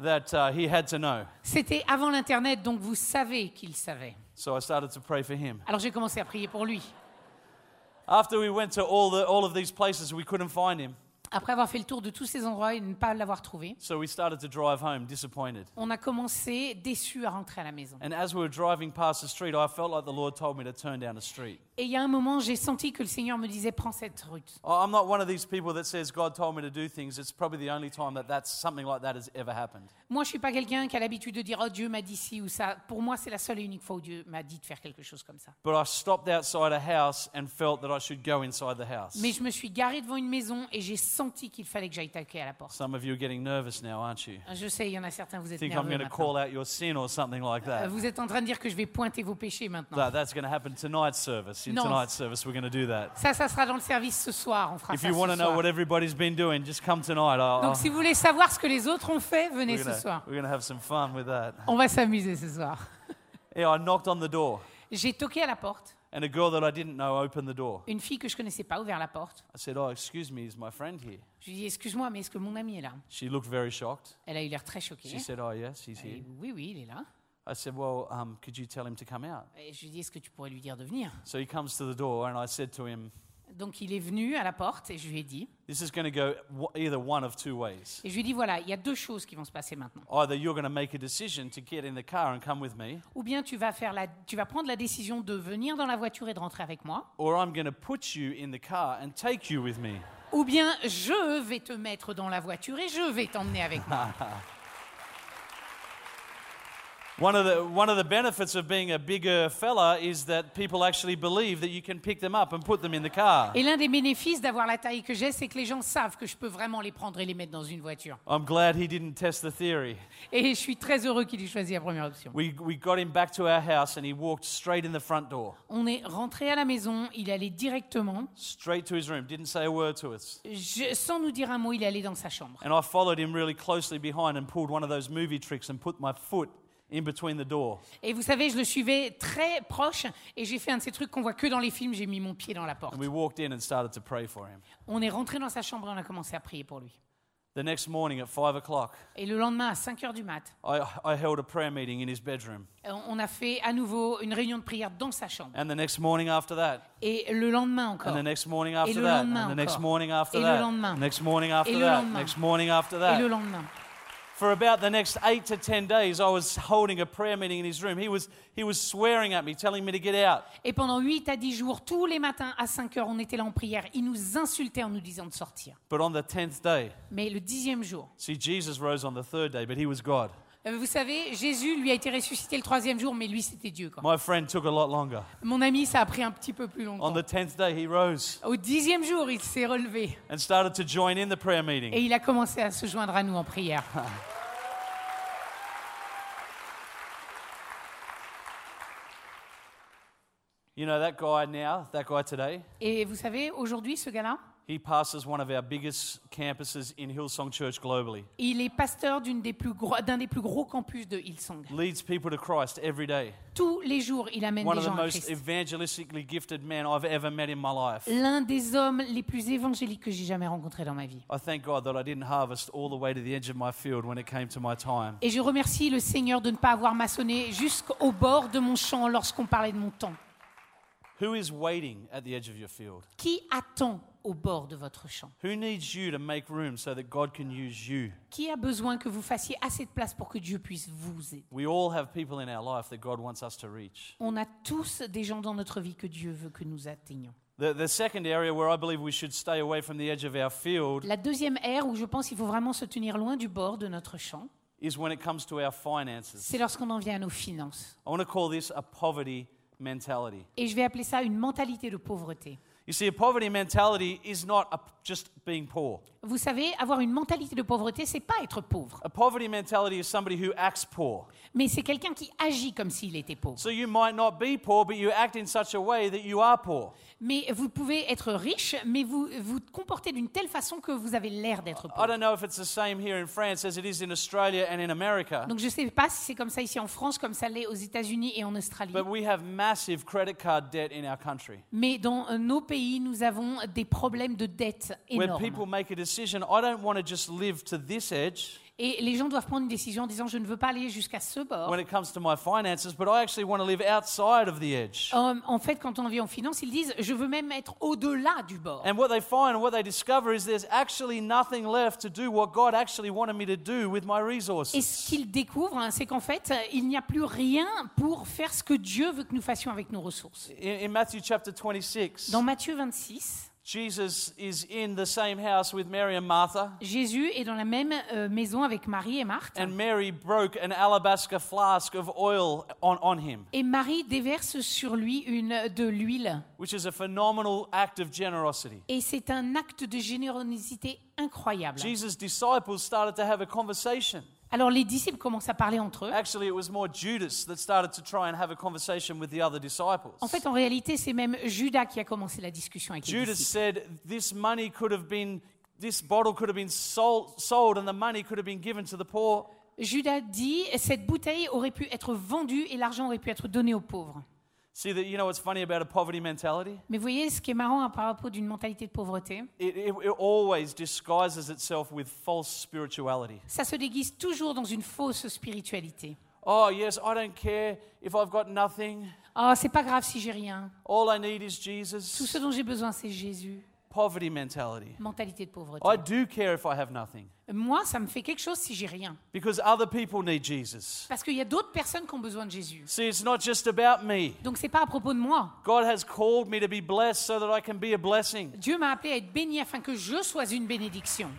B: that uh, he had to know.
C: C'était avant l'internet, donc vous savez qu'il savait.
B: So I started to pray for him.
C: Alors j'ai commencé à prier pour lui.
B: After we went to all, the, all of these places, we couldn't find him.
C: Après avoir fait le tour de tous ces endroits et ne pas l'avoir trouvé,
B: So we started to drive home disappointed.
C: on a commencé déçu à rentrer à la maison.
B: And as we were driving past the street, I felt like the Lord told me to turn down the street.
C: Et il y a un moment, j'ai senti que le Seigneur me disait Prends cette route.
B: I- I'm not one of these people that says God told me to do things. It's probably the only time that that's something like that has ever happened.
C: Moi, je suis pas quelqu'un qui a l'habitude de dire Oh, Dieu m'a dit ci ou ça. Pour moi, c'est la seule et unique fois où Dieu m'a dit de faire quelque chose comme ça.
B: But I stopped outside a house and felt that I should go inside the house.
C: Mais je me suis garé devant une maison et j'ai senti qu'il fallait que j'aille taquer à la porte.
B: Some of you are getting nervous now, aren't you?
C: Je sais, il y en a certains, vous êtes
B: Think I'm
C: nerveux
B: going to
C: maintenant.
B: call out your sin or something like
C: Euh,
B: that.
C: Vous êtes en train de dire que je vais pointer vos péchés maintenant.
B: That- that's going to happen tonight's service. In
C: Non.
B: tonight's service, we're going to do that.
C: Ça, ça sera dans le service ce soir. On fera
B: If
C: ça
B: you
C: ce
B: want to know
C: soir.
B: what everybody's been doing, just come tonight. I'll,
C: Donc, si vous voulez savoir ce que les autres ont fait, venez
B: we're
C: ce soir.
B: going to have some fun with that.
C: On va s'amuser ce soir.
B: Yeah, I knocked on the door,
C: J'ai toqué à la porte.
B: and a girl that I didn't know opened the door.
C: Une fille que je connaissais pas a ouvert la porte.
B: I said, "Oh, excuse me, is my friend here?"
C: Je lui ai dit Excuse-moi, mais est-ce que mon ami est là
B: She looked very shocked.
C: Elle a eu l'air très
B: She
C: choquée.
B: said, "Oh, yes, he's
C: Elle a
B: here."
C: dit, oui, oui, il est là.
B: I said, "Well, um, could you tell him to come out?"
C: Et je lui ai dit Est-ce que tu pourrais lui dire de venir
B: So he comes to the door, and I said to him,
C: Donc, il est venu à la porte et je lui ai dit
B: "This is going to go w- either one of two ways.
C: Et je lui ai dit Voilà, il y a deux choses qui vont se passer maintenant.
B: Either you're going to make a decision to get in the car and come with me,
C: Ou bien tu vas, faire la, tu vas prendre la décision de venir dans la voiture et de rentrer avec moi.
B: or I'm going to put you in the car and take you with me."
C: Ou bien je vais te mettre dans la voiture et je vais t'emmener avec moi.
B: One of, the, one of the benefits of being a bigger fella is that people actually believe that you can pick them up and put them in the car.
C: Et l'un des bénéfices d'avoir la taille que j'ai, c'est que les gens savent que je peux vraiment les prendre et les mettre dans une voiture.
B: I'm glad he didn't test the theory.
C: Et je suis très heureux qu'il ait choisi la première option.
B: We, we got him back to our house and he walked straight in the front door,
C: On est rentré à la maison, il allait directement,
B: straight to his room, didn't say a word to us.
C: Je- sans nous dire un mot, il allait dans sa chambre.
B: And I followed him really closely behind and pulled one of those movie tricks and put my foot in between the door.
C: Et vous savez, je le suivais très proche et j'ai fait un de ces trucs qu'on voit que dans les films, j'ai mis mon pied dans la porte.
B: And we walked in and started to pray for him.
C: On est rentré dans sa chambre et on a commencé à prier pour lui.
B: The next morning at five o'clock,
C: Et le lendemain, à 5 heures du mat,
B: I, I held a prayer meeting in his bedroom.
C: on Euh, on a fait à nouveau une réunion de prière dans sa chambre.
B: And the next morning after that,
C: Et le lendemain encore.
B: And the next morning after
C: le
B: that, and
C: lendemain
B: the next
C: encore.
B: morning after
C: Et le
B: that,
C: lendemain.
B: next morning after
C: le
B: that,
C: lendemain.
B: next morning after
C: Et le
B: that.
C: lendemain.
B: For about the next eight to ten days, I was holding a prayer meeting in his room. He was, he was swearing at me, telling me to get out.
C: Et pendant 8 à 10 jours, tous les matins à 5 heures, on était là en prière. Il nous insultait en nous disant de sortir.
B: But on the tenth day,
C: Mais le dixième jour,
B: see, Jesus rose on the third day, but he was God.
C: euh, vous savez, Jésus lui a été ressuscité le troisième jour, mais lui c'était Dieu. quoi.
B: My friend took a lot longer.
C: Mon ami, ça a pris un petit peu plus
B: On
C: longtemps.
B: the tenth day, he rose
C: Au dixième jour, il s'est relevé
B: and started to join in the prayer
C: et
B: meeting.
C: il a commencé à se joindre à nous en prière.
B: You know, that guy now, that guy today,
C: Et vous savez, aujourd'hui, ce gars-là,
B: he passes one of our biggest campuses in Hillsong Church globally,
C: il est pasteur d'une des plus gro- d'un des plus gros campus de Hillsong.
B: leads people to Christ every day.
C: Tous les jours, il amène
B: one
C: des
B: of the
C: gens à
B: most
C: Christ.
B: evangelistically gifted men I've ever met in my life.
C: L'un des hommes les plus évangéliques que j'ai jamais rencontré dans ma vie.
B: I thank God that I didn't harvest all the way to the edge of my field when it came to my time.
C: Et je remercie le Seigneur de ne pas avoir maçonné jusqu'au bord de mon champ lorsqu'on parlait de mon temps.
B: Who is waiting at the edge of your field?
C: Qui attend au bord de votre champ
B: Who needs you to make room so that God can use you?
C: Qui a besoin que vous fassiez assez de place pour que Dieu puisse vous aider
B: We all have people in our life that God wants us to reach.
C: On a tous des gens dans notre vie que Dieu veut que nous atteignions.
B: The, the second area where I believe we should stay away from the edge of our field
C: La deuxième ère où je pense qu'il faut vraiment se tenir loin du bord de notre champ,
B: is when it comes to our finances.
C: c'est lorsqu'on en vient à nos finances.
B: I want to call this a poverty mentality.
C: Et je vais appeler ça une mentalité de pauvreté.
B: You see, a poverty mentality is not a, just being poor.
C: Vous savez, avoir une mentalité de pauvreté, c'est pas être pauvre,
B: A poverty mentality is somebody who acts poor.
C: mais c'est quelqu'un qui agit comme s'il était pauvre.
B: So you might not be poor, but you act in such a way that you are poor.
C: Mais vous pouvez être riche, mais vous vous comportez d'une telle façon que vous avez l'air d'être
B: I
C: pauvre.
B: don't know if it's the same here in France as it is in Australia and in America,
C: Donc je ne sais pas si c'est comme ça ici en France, comme ça l'est aux États-Unis et en Australie.
B: but we have massive credit card debt in our country.
C: Mais dans euh, nos pays, nous avons des problèmes de dette
B: Where people
C: énormes.
B: make a decision, I don't want to just live to this edge,
C: Et les gens doivent prendre une décision en disant je ne veux pas aller jusqu'à ce bord.
B: when it comes to my finances, but I actually want to live outside of the edge.
C: Euh, en fait, quand on vit en finance, ils disent je veux même être au-delà du bord.
B: And what they find and what they discover is there's actually nothing left to do what God actually wanted me to do with my
C: Et
B: resources.
C: ce qu'ils découvrent, hein, c'est qu'en fait, euh, il n'y a plus rien pour faire ce que Dieu veut que nous fassions avec nos ressources.
B: In, in Matthew chapter 26,
C: Dans Matthieu 26,
B: Jesus is in the same house with Mary and Martha,
C: Jésus est dans la même euh, maison avec Marie et Marthe.
B: and Mary broke an alabaster flask of oil on, on him,
C: Et Marie déverse sur lui une, de l'huile.
B: which is a phenomenal act of generosity.
C: Et c'est un acte de générosité incroyable.
B: Jesus' disciples started to have a conversation.
C: Alors les disciples commencent à parler entre eux.
B: Actually, it was more Judas that started to try and have a conversation with the other disciples.
C: En fait, en réalité, c'est même Judas qui a commencé la discussion avec les
B: Judas
C: disciples.
B: said, This money could have been, this bottle could have been sold, sold and the money could have been given to the poor.
C: Judas dit, cette bouteille aurait pu être vendue et l'argent aurait pu être donné aux pauvres.
B: See, that you know what's funny about a poverty mentality?
C: Mais vous voyez, ce qui est marrant à propos d'une mentalité de pauvreté,
B: It, it, it always disguises itself with false spirituality.
C: ça se déguise toujours dans une fausse spiritualité.
B: Oh, yes, I don't care if I've got nothing.
C: Ah, c'est pas grave si j'ai rien.
B: All I need is
C: Tout
B: Jesus.
C: ce dont j'ai besoin, c'est Jésus.
B: Poverty mentality.
C: Mentalité de pauvreté.
B: I do care if I have nothing
C: Moi, ça me fait quelque chose si j'ai rien.
B: because other people need Jesus.
C: Parce qu'il y a d'autres personnes qui ont besoin de Jésus.
B: See, it's not just about me.
C: Donc c'est pas à propos de moi.
B: God has called me to be blessed so that I can be a blessing.
C: Dieu m'a appelé à être béni afin que je sois une bénédiction.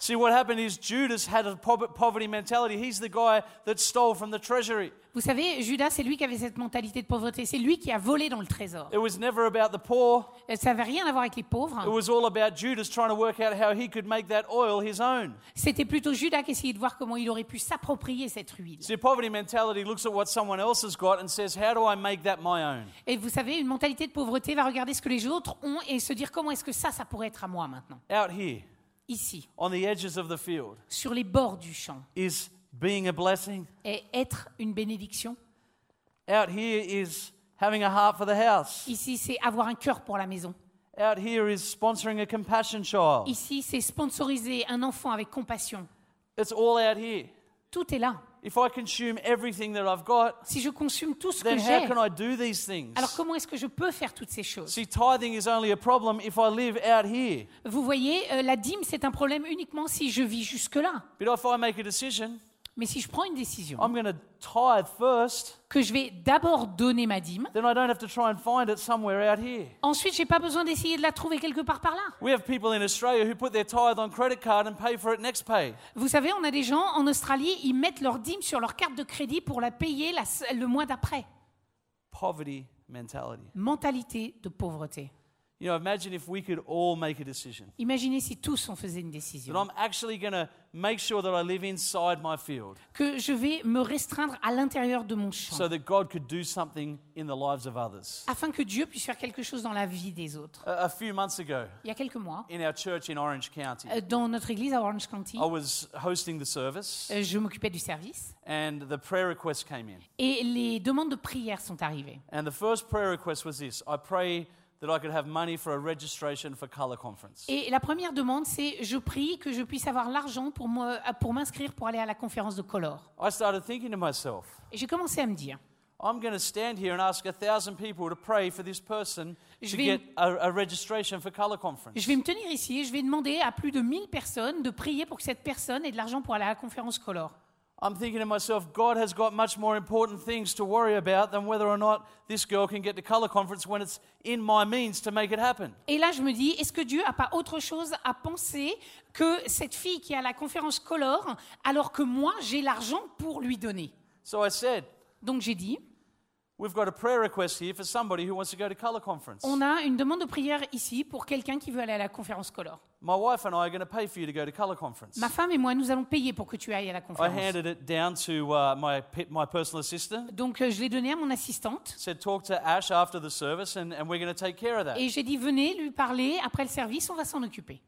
B: See, what happened is Judas had a po- poverty mentality. He's the guy that stole from the treasury.
C: Vous savez, Judas, c'est lui qui avait cette mentalité de pauvreté. C'est lui qui a volé dans le trésor.
B: It was never about the poor,
C: Euh, Ça n'avait rien à voir avec les
B: it
C: pauvres.
B: was all about Judas trying to work out how he could make that oil his own.
C: C'était plutôt Judas qui essayait de voir comment il aurait pu s'approprier cette huile.
B: See, poverty mentality looks at what someone else has got and says, How do I make that my own?
C: Et vous savez, une mentalité de pauvreté va regarder ce que les autres ont et se dire comment est-ce que ça, ça pourrait être à moi maintenant.
B: Out here,
C: Ici,
B: on the edges of the field,
C: sur les bords du champ.
B: is being a blessing.
C: Et être une bénédiction.
B: Out here is having a heart for the house.
C: Ici, c'est avoir un cœur pour la maison.
B: Out here is sponsoring a compassion child.
C: Ici, c'est sponsoriser un enfant avec compassion.
B: It's all out here.
C: Tout est là.
B: If I consume everything that I've got,
C: Si je consomme tout ce que
B: then how
C: j'ai,
B: can I do these things?
C: Alors comment est-ce que je peux faire toutes ces choses
B: See, tithing is only a problem if I live out here.
C: Vous voyez, euh, la dîme, c'est un problème uniquement si je vis jusque-là.
B: But if I make a decision,
C: Mais si je prends une décision
B: I'm going to tithe first,
C: que je vais d'abord donner ma dîme,
B: then I don't have to try and find it somewhere out here.
C: ensuite, j'ai pas besoin d'essayer de la trouver quelque part par là.
B: We have people in Australia who put their tithe on credit card and pay for it next pay.
C: Vous savez, on a des gens en Australie, ils mettent leur dîme sur leur carte de crédit pour la payer la s- le mois d'après.
B: Poverty mentality.
C: Mentalité de pauvreté.
B: You know, imagine if we could all make a decision
C: Imaginez si tous on faisait une
B: that
C: décision.
B: I'm actually going to make sure that I live inside my field
C: Que je vais me restreindre à l'intérieur de mon champ
B: so that God could do something in the lives of others.
C: afin que Dieu puisse faire quelque chose dans la vie des autres.
B: A, a few months ago,
C: Il y a quelques mois,
B: in our church in Orange County,
C: euh, dans notre église à Orange County,
B: I was hosting the service.
C: Euh, je m'occupais du service
B: and the prayer requests came in.
C: et les demandes de prière sont arrivées.
B: And the first prayer request was this I pray that I could have money for a registration for Colour Conference.
C: Et la première demande, c'est je prie que je puisse avoir l'argent pour moi- pour m'inscrire pour aller à la conférence de Color.
B: I started thinking to myself,
C: Et j'ai commencé à me dire,
B: I'm going to stand here and ask a thousand people to pray for this person
C: Je
B: to
C: vais-
B: get a, a registration for Colour Conference.
C: je vais me tenir ici et je vais demander à plus de 1000 personnes de prier pour que cette personne ait de l'argent pour aller à la conférence Color.
B: I'm thinking to myself, God has got much more important things to worry about than whether or not this girl can get to Colour Conference when it's in my means to make it happen.
C: Et là, je me dis, est-ce que Dieu n'a pas autre chose à penser que cette fille qui est à la conférence Color alors que moi, j'ai l'argent pour lui donner
B: So I said,
C: Donc j'ai dit,
B: We've got a prayer request here for somebody who wants to go to Colour Conference.
C: on a une demande de prière ici pour quelqu'un qui veut aller à la conférence Color.
B: My wife and I are going to pay for you to go to Colour Conference.
C: Ma femme et moi, nous allons payer pour que tu ailles à la
B: I
C: conférence.
B: handed it down to uh, my, pe- my personal assistant.
C: Donc, euh, je l'ai donné à mon assistante
B: Said, talk to Ash after the service, and, and we're going to take care of that.
C: et j'ai dit venez lui parler après le service, on va s'en occuper.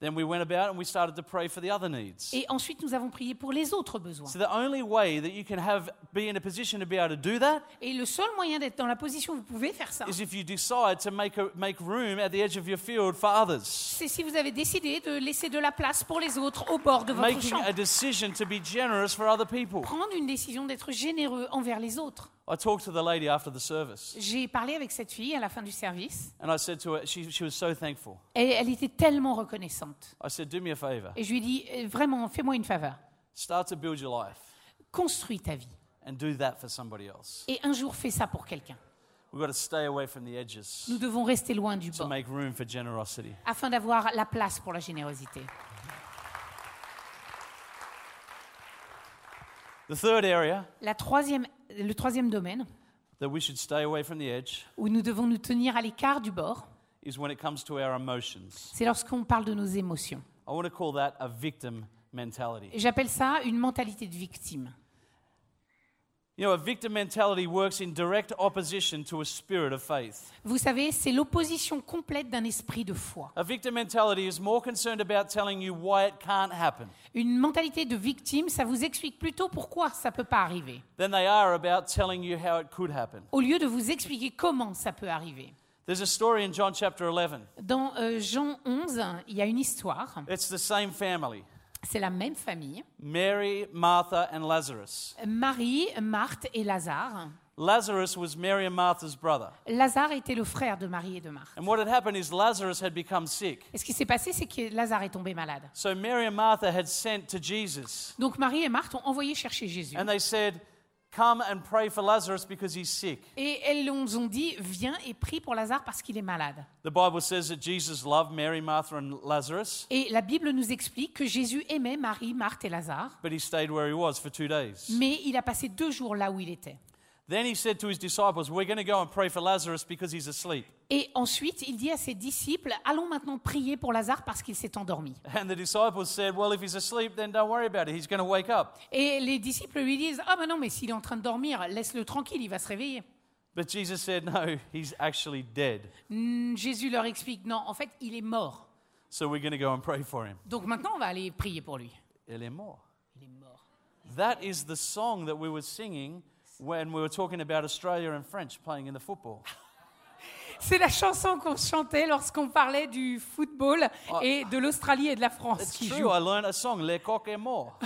B: Then we went about and we started to pray for the other needs.
C: Et ensuite, nous avons prié pour les autres besoins.
B: So the only way that you can have be in a position to be able to do that
C: Et le seul moyen d'être dans la position où vous pouvez faire ça,
B: is if you decide to make a, make room at the edge of your field for others.
C: c'est si vous avez décidé de laisser de la place pour les autres au bord de votre
B: Making
C: champ.
B: a decision to be generous for other people.
C: Prendre une décision d'être généreux envers les autres.
B: I talked to the lady after the service
C: J'ai parlé avec cette fille à la fin du service
B: and I said to her, she, she was so thankful.
C: et elle était tellement reconnaissante.
B: I said, Do me a favor,
C: Et je lui ai dit, Eh, vraiment, fais-moi une faveur.
B: start to build your life
C: Construis ta vie.
B: and do that for somebody else.
C: Et un jour, fais ça pour quelqu'un.
B: We've got to stay away from the
C: Nous
B: edges
C: devons rester loin du
B: to
C: bord
B: make room for generosity.
C: afin d'avoir la place pour la générosité.
B: The third area
C: La troisième, le troisième domaine
B: that we should stay away from the edge
C: où nous devons nous tenir à l'écart du bord,
B: is when it comes to our emotions.
C: c'est lorsqu'on parle de nos émotions.
B: I want to call that a victim mentality.
C: Et J'appelle ça une mentalité de victime.
B: You know, a victim mentality works in direct opposition to a spirit of faith.
C: Vous savez, c'est l'opposition complète d'un esprit de foi.
B: A victim mentality is more concerned about telling you why it can't happen
C: Une mentalité de victime, ça vous explique plutôt pourquoi ça peut pas arriver,
B: than they are about telling you how it could happen.
C: au lieu de vous expliquer comment ça peut arriver.
B: There's a story in John chapter 11.
C: Dans euh, Jean 11, il y a une histoire.
B: It's the same family
C: C'est la même famille.
B: Mary, Martha, and Lazarus.
C: Marie, Marthe et Lazare.
B: Lazarus was Mary and Martha's brother.
C: Lazare était le frère de Marie et de Marthe.
B: And what had happened is Lazarus had become sick.
C: Et ce qui s'est passé, c'est que Lazare est tombé malade.
B: So Mary and Martha had sent to Jesus
C: Donc Marie et Marthe ont envoyé chercher Jésus.
B: and they said, Come and pray for Lazarus because he's sick.
C: Et elles nous ont dit, viens et prie pour Lazare parce qu'il est malade.
B: The Bible says that Jesus loved Mary, Martha, and Lazarus,
C: Et la Bible nous explique que Jésus aimait Marie, Marthe et Lazare,
B: but he stayed where he was for two days.
C: mais il a passé deux jours là où il était.
B: Then he said to his disciples, We're going to go and pray for Lazarus because he's asleep.
C: Et ensuite, il dit à ses disciples, allons maintenant prier pour Lazare parce qu'il s'est endormi.
B: And the disciples said, Well, if he's asleep, then don't worry about it. He's going to wake up.
C: Et les disciples lui disent, ah ben non, mais s'il est en train de dormir, laisse-le tranquille, il va se réveiller.
B: But Jesus said, No, he's actually dead.
C: Hmm, Jésus leur explique, non, en fait, il est mort.
B: So we're going to go and pray for him.
C: Donc maintenant, on va aller prier pour lui.
B: El est mort.
C: Il est mort.
B: That is the song that we were singing when we were talking about Australia and French playing in the football.
C: Ah, C'est la chanson qu'on chantait lorsqu'on parlait du football et de l'Australie et de la France
B: It's
C: qui
B: true.
C: jouent.
B: I learned a song, Le Coq est mort.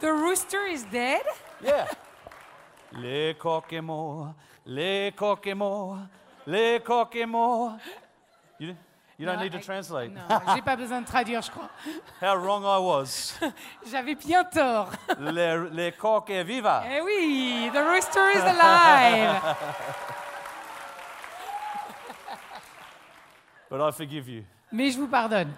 C: The rooster is dead.
B: Yeah. Le Coq est mort. Le Coq est mort. Le Coq est mort. You, you don't
C: No,
B: need to
C: I-
B: translate.
C: Non, j'ai pas besoin de traduire, je crois.
B: How wrong I was.
C: J'avais bien tort.
B: le, le Coq est viva.
C: Eh oui, the rooster is alive.
B: But I forgive you.
C: Mais je vous pardonne.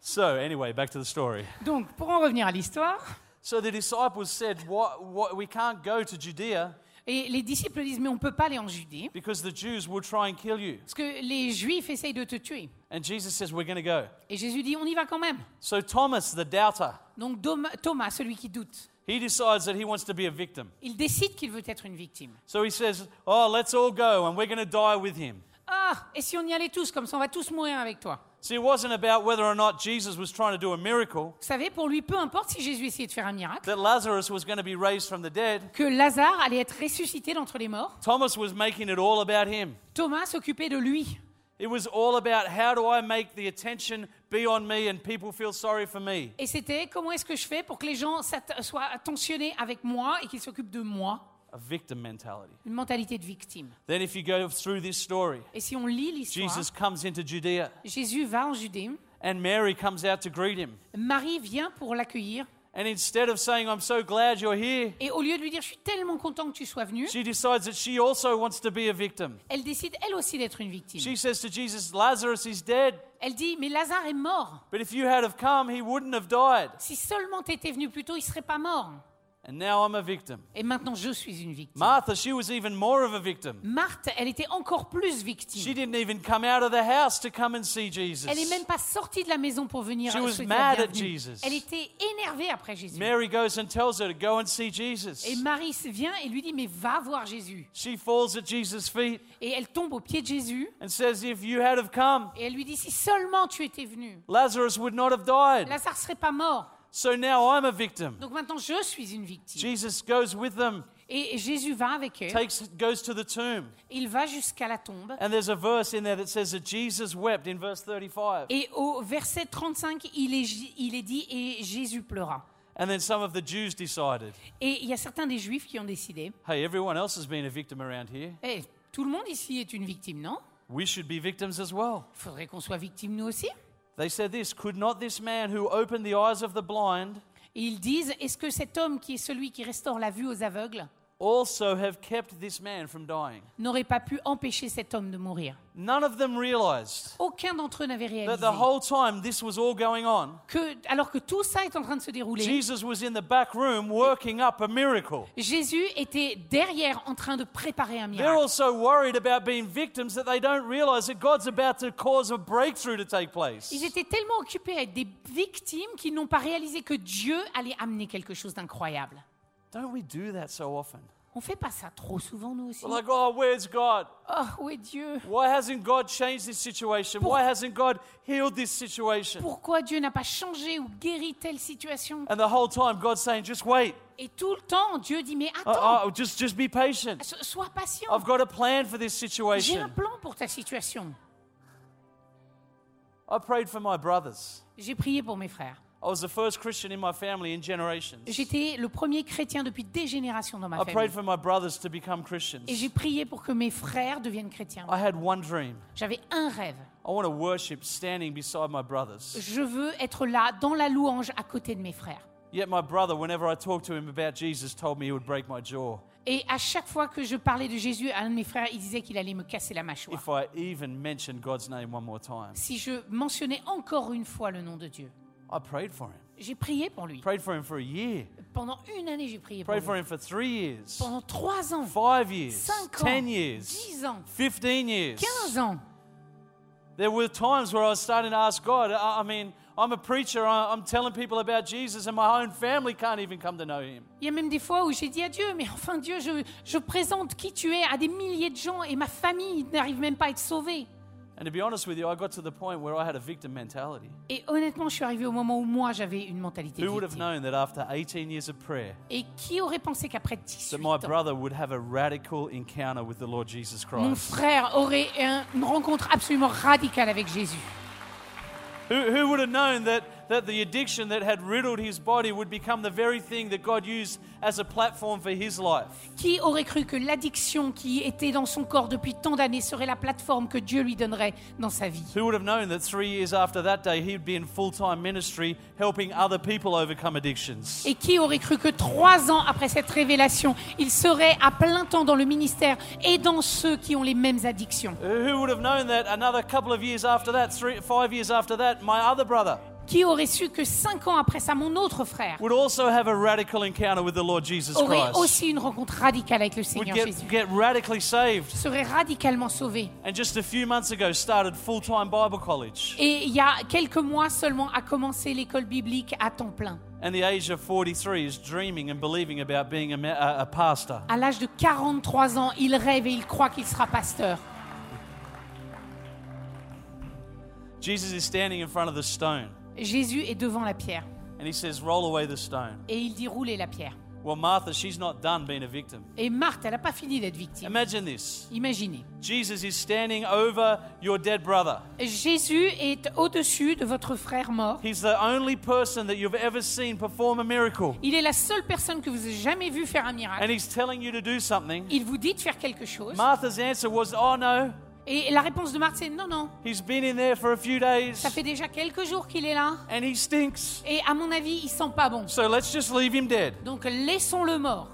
B: So, anyway, back to the story.
C: Donc, pour en revenir à l'histoire,
B: So the disciples said, what, what, We can't go to Judea
C: et les disciples disent mais on peut pas aller en Judée
B: because the Jews will try and kill you.
C: parce que les Juifs essayent de te tuer.
B: And Jesus says, We're going to go.
C: Et Jésus dit on y va quand même.
B: So Thomas, the doubter,
C: Donc Dom- Thomas, celui qui doute,
B: he decides that he wants to be a victim.
C: il décide qu'il veut être une victime.
B: So he says, Oh, let's all go and we're going to die with him.
C: Ah, et si on y allait tous comme ça, on va tous mourir avec toi.
B: See, it wasn't about whether or not Jesus was trying to do a miracle,
C: Vous savez, pour lui, peu importe si Jésus essayait de faire un miracle,
B: that Lazarus was going to be raised from the dead.
C: que Lazare allait être ressuscité d'entre les morts.
B: Thomas was making it all about him.
C: Thomas s'occupait de lui.
B: It was all about how do I make the attention be on me and people feel sorry for me.
C: Et c'était comment est-ce que je fais pour que les gens s'att- soient attentionnés avec moi et qu'ils s'occupent de moi
B: A victim mentality.
C: Une mentalité de victime.
B: Then, if you go through this story,
C: Et si on lit l'histoire,
B: Jesus comes into Judea
C: Jésus va en Judée,
B: and Mary comes out to greet him.
C: Marie vient pour l'accueillir,
B: And instead of saying, I'm so glad you're here,
C: et au lieu de lui dire je suis tellement content que tu sois venu,
B: she decides that she also wants to be a victim.
C: elle décide elle aussi d'être une victime.
B: She says to Jesus, Lazarus is dead,
C: Elle dit mais Lazare est mort.
B: but if you had have come, he wouldn't have died.
C: Si seulement t'étais venu plus tôt, il serait pas mort.
B: and now I'm a victim.
C: Et maintenant, je suis une victime.
B: Martha, she was even more of a victim.
C: Marthe, elle était encore plus victime.
B: She didn't even come out of the house to come and see Jesus.
C: Elle n'est même pas sortie de la maison pour venir
B: She was
C: souhaiter la
B: mad at
C: bienvenue.
B: Jesus.
C: Elle était énervée après Jésus.
B: Mary goes and tells her to go and see Jesus.
C: Et Marie se vient et lui dit mais va voir Jésus.
B: She falls at Jesus' feet
C: Et elle tombe aux pieds de Jésus
B: and says, If you had have come,
C: et elle lui dit si seulement tu étais venu,
B: Lazarus would not have died.
C: Lazare serait pas mort.
B: So now I'm a victim.
C: Donc maintenant je suis une victime.
B: Jesus goes with them,
C: Et Jésus va avec elle.
B: takes goes to the tomb.
C: Il va jusqu'à la tombe.
B: And there's a verse in there that says that Jesus wept in verse 35.
C: Et au verset 35, il est, il est dit et Jésus pleura.
B: And then some of the Jews decided,
C: Et il y a certains des Juifs qui ont décidé.
B: hey, everyone else has been a victim around here.
C: Eh, tout le monde ici est une victime, non
B: We should be victims as well.
C: Il faudrait qu'on soit victime nous aussi.
B: They said this Could not this man who opened the eyes of the blind
C: Et ils disent Est-ce que cet homme qui est celui qui restaure la vue aux aveugles
B: also have kept this man from dying?
C: n'aurait pas pu empêcher cet homme de mourir
B: None of them realized
C: Aucun d'entre eux n'avait
B: that
C: réalisé
B: the whole time this was all going on,
C: que, alors que tout ça est en train de se dérouler,
B: Jesus was in the back room working up a miracle.
C: Jésus était derrière en train de préparer un
B: They're
C: miracle.
B: all so worried about being victims that they don't realize that God's about to cause a breakthrough to take place.
C: Ils étaient tellement occupés à être des victimes qu'ils n'ont pas réalisé que Dieu allait amener quelque chose d'incroyable.
B: Don't we do that so often?
C: On fait pas ça trop souvent nous aussi.
B: We're like, oh, where's God?
C: Oh, où est Dieu
B: Why hasn't God changed this situation? Why hasn't God healed this situation?
C: Pourquoi Dieu n'a pas changé ou guéri telle situation
B: And the whole time, God's saying, just wait.
C: Et tout le temps, Dieu dit mais
B: Uh,
C: attends,
B: uh, just, just be patient.
C: so- sois patient.
B: I've got a plan for this
C: J'ai un
B: situation.
C: plan pour ta situation.
B: I prayed for my brothers.
C: J'ai prié pour mes frères.
B: I was the first Christian in my family in generations.
C: J'étais le premier chrétien depuis des générations dans
B: I
C: ma
B: prayed
C: famille.
B: for my brothers to become
C: Et
B: Christians.
C: j'ai prié pour que mes frères deviennent chrétiens.
B: I had one dream.
C: J'avais un rêve.
B: I want to worship standing beside my brothers.
C: Je veux être là, dans la louange, à côté de mes frères.
B: Yet my brother, whenever I talked to him about Jesus, told me he would break my jaw
C: Et à chaque fois que je parlais de Jésus à un de mes frères, il disait qu'il allait me casser la mâchoire.
B: if I even mentioned God's name one more time.
C: Si je mentionnais encore une fois le nom de Dieu,
B: I prayed for him.
C: j'ai prié pour lui.
B: Prayed for him for a year.
C: Pendant une année, j'ai prié pour
B: Prayed for
C: lui.
B: him for three years,
C: Pendant trois ans,
B: five years,
C: cinq ans,
B: ten years,
C: dix ans,
B: fifteen years.
C: 15 ans.
B: There were times where I was starting to ask God, I, I mean, I'm a preacher, I, I'm telling people about Jesus, and my own family can't even come to know him.
C: Il y a même des fois où j'ai dit à Dieu, mais enfin Dieu, je, je présente qui tu es à des milliers de gens et ma famille n'arrive même pas à être sauvée.
B: And to be honest with you, I got to the point where I had a victim mentality.
C: Et honnêtement, je suis arrivée au moment où moi j'avais une mentalité
B: Who would have
C: victime.
B: known that after 18 years of prayer,
C: Et qui aurait pensé qu'après 18
B: that my
C: ans,
B: brother would have a radical encounter with the Lord Jesus
C: mon
B: Christ?
C: frère aurait un- une rencontre absolument radicale avec Jésus
B: Who, who would have known that, that the addiction that had riddled his body would become the very thing that God used as a platform for his life?
C: Qui aurait cru que l'addiction qui était dans son corps depuis tant d'années serait la plateforme que Dieu lui donnerait dans sa vie
B: Who would have known that three years after that day, he'd be in full time ministry helping other people overcome addictions?
C: Et qui aurait cru que trois ans après cette révélation, il serait à plein temps dans le ministère et dans ceux qui ont les mêmes addictions
B: Who who would have known that another couple of years after that, three, five years after that, my other brother
C: Qui aurait su que cinq ans après ça, mon autre frère
B: would also have a radical encounter with the Lord Jesus
C: aurait
B: Christ?
C: aussi une rencontre radicale avec le
B: Would
C: Seigneur Jésus,
B: get, get radically saved.
C: serait radicalement sauvé.
B: And just a few months ago, started full time Bible college
C: Et il y a quelques mois seulement a commencé l'école biblique à temps plein.
B: and the age of 43 is dreaming and believing about being a, ma- a, a pastor.
C: À l'âge de 43 ans, il rêve et il croit qu'il sera pasteur.
B: Jesus is standing in front of the stone
C: Jésus est devant la pierre
B: and he says, Roll away the stone.
C: et il dit roulez la pierre.
B: Well, Martha, she's not done being a victim.
C: Et Marthe, elle n'a pas fini d'être victime.
B: Imagine this
C: Imaginez.
B: Jesus is standing over your dead brother.
C: Jésus est au-dessus de votre frère mort.
B: He's the only person that you've ever seen perform a miracle.
C: Il est la seule personne que vous ayez jamais vue faire un
B: And
C: miracle.
B: he's telling you to do something.
C: Il vous dit de faire quelque chose.
B: Martha's answer was, Oh no,
C: Et la réponse de Marthe, c'est non, non.
B: he's been in there for a few days
C: Ça fait déjà quelques jours qu'il est là.
B: and he stinks.
C: Et à mon avis, il sent pas bon.
B: So let's just leave him dead.
C: Donc laissons-le mort.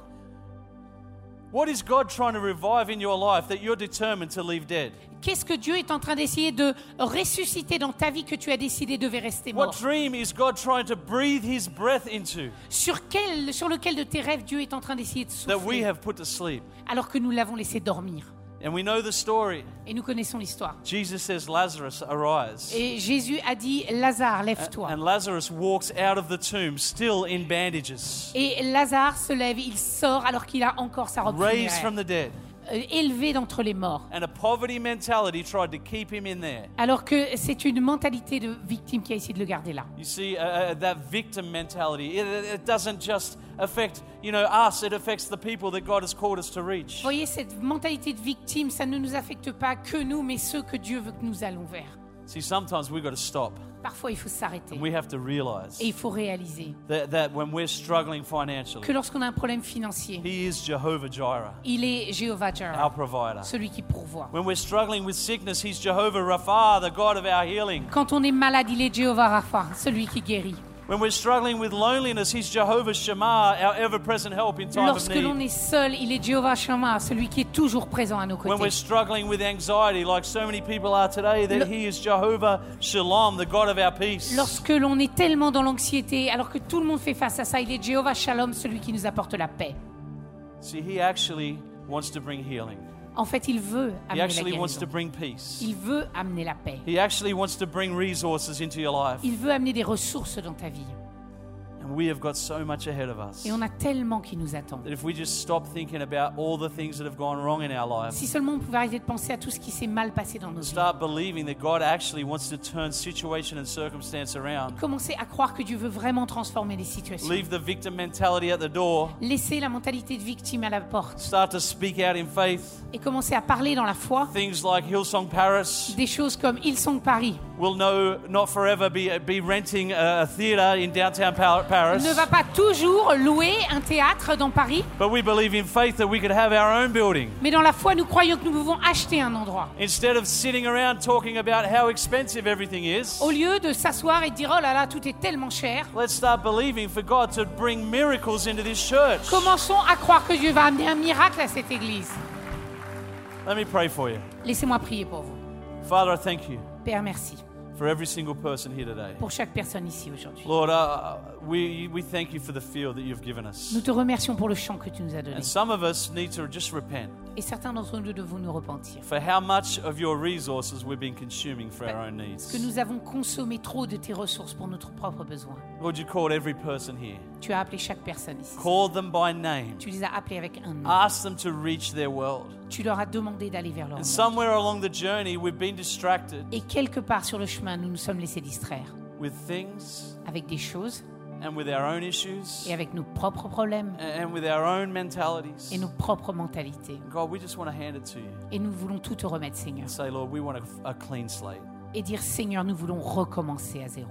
B: What is God trying to revive in your life that you're determined to leave dead?
C: Qu'est-ce que Dieu est en train d'essayer de ressusciter dans ta vie que tu as décidé devait rester
B: What
C: mort
B: dream is God trying to breathe His breath into
C: sur, quel, sur lequel de tes rêves Dieu est en train d'essayer de
B: that we
C: souffler
B: have put to sleep?
C: alors que nous l'avons laissé dormir
B: And we know the story.
C: Et nous connaissons l'histoire.
B: Jesus says, Lazarus, arise.
C: Et Jésus a dit, Lazare, lève-toi.
B: And Lazarus walks out of the tomb, still in bandages,
C: Et Lazare se lève, il sort alors qu'il a encore sa robe
B: raised from
C: funéraire,
B: the dead.
C: euh, élevé d'entre les morts.
B: And a poverty mentality tried to keep him in there.
C: Alors que c'est une mentalité de victime qui a essayé de le garder là.
B: You see, uh, uh, that victim mentality, it, it it doesn't just affect, you know, us, it affects the people that God has called us to reach.
C: Vous voyez, cette mentalité de victime, ça ne nous affecte pas que nous, mais ceux que Dieu veut que nous allons vers.
B: See, sometimes we've got to stop.
C: Parfois, il faut s'arrêter.
B: And we have to realize
C: Et il faut réaliser
B: that, that when we're struggling
C: que
B: financially,
C: lorsqu'on a un problème financier,
B: He is Jehovah Jireh,
C: il est Jéhovah
B: our
C: Jireh,
B: provider.
C: celui qui pourvoit.
B: When we're struggling with sickness, He's Jehovah Rapha, the God of our healing.
C: Quand on est malade, il est Jéhovah Rapha, celui qui guérit.
B: When we're struggling with loneliness, He's Jehovah Shema, our ever present help in time of
C: Lorsque l'on
B: need.
C: est seul, il est Jéhovah Shammah, celui qui est toujours présent à nos
B: When we're
C: côtés.
B: struggling with anxiety, like so many people are today,
C: Lo-
B: that He is Jehovah Shalom, the God of our peace.
C: Lorsque l'on est tellement dans l'anxiété, alors que tout le monde fait face à ça, il est Jéhovah Shalom, celui qui nous apporte la paix.
B: See, He actually wants to bring healing,
C: En fait, il veut
B: He
C: amener la
B: actually wants to
C: guérison.
B: bring peace,
C: Il veut amener la paix.
B: He actually wants to bring resources into your life.
C: Il veut amener des ressources dans ta vie.
B: And we have got so much ahead of us.
C: Et on a tellement qui nous attend.
B: that if we just stop thinking about all the things that have gone wrong in our life,
C: Si seulement on pouvait arrêter de penser à tout ce qui s'est mal passé dans nos vies.
B: start believing that God actually wants to turn situation and circumstance around,
C: Commencer à croire que Dieu veut vraiment transformer les situations.
B: leave the victim mentality at the door,
C: Laisser la mentalité de victime à la porte
B: start to speak out in faith.
C: et commencer à parler dans la foi
B: Things like Hillsong Paris
C: des choses comme Hillsong Paris,
B: will no, not forever be, be renting a, a theatre in downtown Pa- Paris.
C: ne va pas toujours louer un théâtre dans Paris,
B: But we believe in faith that we could have our own building.
C: mais dans la foi, nous croyons que nous pouvons acheter un endroit.
B: Instead of sitting around talking about how expensive everything is,
C: Au lieu de s'asseoir et de dire oh là là, tout est tellement cher,
B: let's start believing for God to bring miracles into this church.
C: commençons à croire que Dieu va amener un miracle à cette église.
B: Let me pray for you.
C: Laissez-moi prier pour vous.
B: Father, I thank you
C: Père, merci
B: for every single person here today.
C: pour chaque personne ici aujourd'hui.
B: Lord, uh, we, we thank you for the field that you've given us.
C: Nous te remercions pour le chant que tu nous as donné.
B: And some of us need to just repent
C: Et certains d'entre nous devons nous repentir.
B: for how much of your resources we've been consuming for our own
C: Que
B: needs.
C: nous avons consommé trop de tes ressources pour notre propre besoin.
B: Lord, you called every person here,
C: Tu as appelé chaque personne ici.
B: called them by name,
C: Tu les as appelés avec un nom.
B: asked them to reach their world.
C: Tu leur as demandé d'aller vers leur
B: And
C: monde.
B: somewhere along the journey, we've been distracted
C: Et quelque part sur le chemin, nous nous sommes laissés distraire
B: with things
C: avec des choses
B: and with our own issues
C: et avec nos propres problèmes
B: a- and with our own mentalities.
C: et nos propres mentalités.
B: God, we just want to hand it to you
C: Et nous voulons tout te remettre, Seigneur.
B: and say, Lord, we want a, a clean slate.
C: Et dire, Seigneur, nous voulons recommencer à zéro.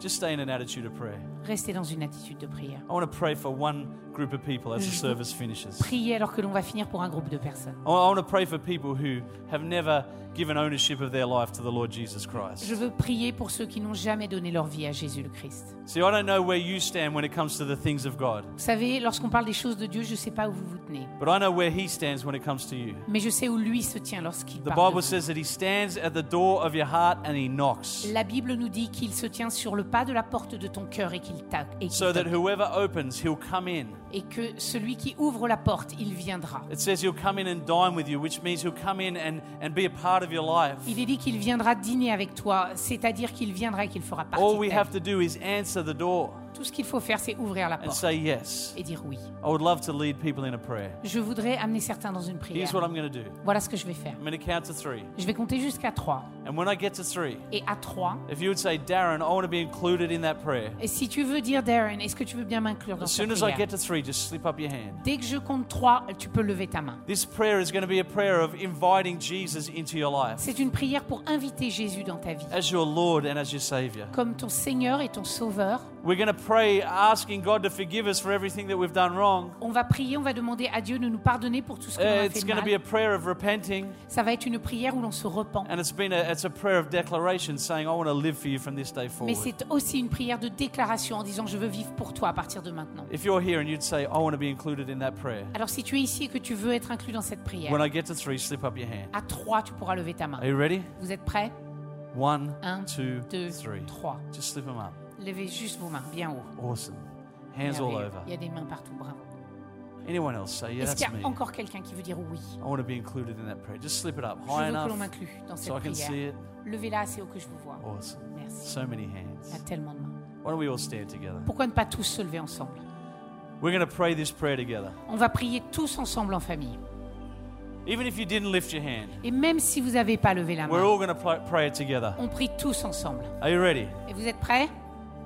B: Just stay in an attitude of prayer.
C: Rester dans une attitude de prière.
B: I want to pray for one group of people as the
C: Je-
B: service finishes.
C: Prier alors que l'on va finir pour un groupe de personnes.
B: I want to pray for people who have never given ownership of their life to the Lord Jesus Christ.
C: Je veux prier pour ceux qui n'ont jamais donné leur vie à Jésus le Christ.
B: See, I don't know where you stand when it comes to the things of God,
C: Vous savez, lorsqu'on parle des choses de Dieu, je ne sais pas où vous vous tenez.
B: but I know where He stands when it comes to you.
C: Mais je sais où lui se tient lorsqu'il
B: The
C: parle. de
B: Bible
C: vous.
B: says that He stands at the door of your heart and He knocks,
C: La Bible nous dit qu'il se tient sur le pas de la porte de ton cœur et qu'il tape. Et, qu'il
B: so that
C: toque.
B: whoever opens, He'll come in.
C: Et que celui qui ouvre la porte, il viendra.
B: It says He'll come in and dine with you, which means He'll come in and, and be a part of your life.
C: Il est dit qu'il viendra dîner avec toi, c'est-à-dire qu'il viendra et qu'il fera partie
B: All
C: de
B: we
C: ta
B: have
C: vie.
B: to do is answer the door
C: Tout ce qu'il faut faire, c'est ouvrir la
B: and
C: porte
B: say yes.
C: et dire oui.
B: I would love to lead people in a prayer.
C: Je voudrais amener certains dans une prière.
B: Here's what I'm going to do.
C: Voilà ce que je vais faire.
B: I'm going to count to three.
C: Je vais compter jusqu'à 3.
B: And when I get to three,
C: Et à 3,
B: if you would say, Darren, I want to be included in that prayer.
C: et si tu veux dire Darren, est-ce que tu veux bien m'inclure dans
B: As
C: cette
B: soon as I
C: prière
B: get to three, just slip up your hand.
C: Dès que je compte 3, tu peux lever ta main.
B: This prayer is going to be a prayer of inviting Jesus into your life
C: C'est une prière pour inviter Jésus dans ta vie.
B: as your Lord and as your Savior.
C: comme ton Seigneur et ton Sauveur.
B: We're going to pray asking God to forgive us for everything that we've done wrong.
C: On va prier, on va demander à Dieu de nous pardonner pour tout ce
B: Uh,
C: qu'on a fait
B: It's
C: de
B: going to be a
C: mal.
B: prayer of repenting,
C: Ça va être une prière où l'on se repent.
B: and it's been a, it's a prayer of declaration saying, I want to live for you from this day
C: Mais
B: forward.
C: c'est aussi une prière de déclaration en disant je veux vivre pour toi à partir de maintenant.
B: If you're here and you'd say, I want to be included in that prayer,
C: Alors si tu es ici et que tu veux être inclus dans cette prière,
B: when I get to three, slip up your hand.
C: à trois, tu pourras lever ta main.
B: Are you ready?
C: Vous êtes prêts
B: One,
C: Un,
B: two,
C: Deux,
B: three.
C: trois.
B: Just slip them up.
C: Levez juste vos mains, bien haut.
B: Awesome. Hands all
C: Merveilleux.
B: over.
C: Il y a des mains partout, bravo.
B: Anyone else say, Yeah,
C: Est-ce
B: that's
C: qu'il
B: me.
C: y a encore quelqu'un qui veut dire oui
B: I want to be included in that prayer. Just slip it up
C: Je
B: high
C: veux que l'on
B: enough
C: m'inclue dans cette
B: so I can see
C: prière.
B: it.
C: Levez-la assez haut que je vous vois.
B: Awesome.
C: Merci.
B: So many
C: Il y a
B: hands.
C: tellement de mains.
B: Why don't we all stand together?
C: Pourquoi ne pas tous se lever ensemble
B: We're going to pray this prayer together.
C: On va prier tous ensemble en famille.
B: Even if you didn't lift your hand,
C: Et même si vous n'avez pas levé la
B: we're
C: main,
B: all going to pray it together.
C: on prie tous ensemble.
B: Are you ready?
C: Et vous êtes prêts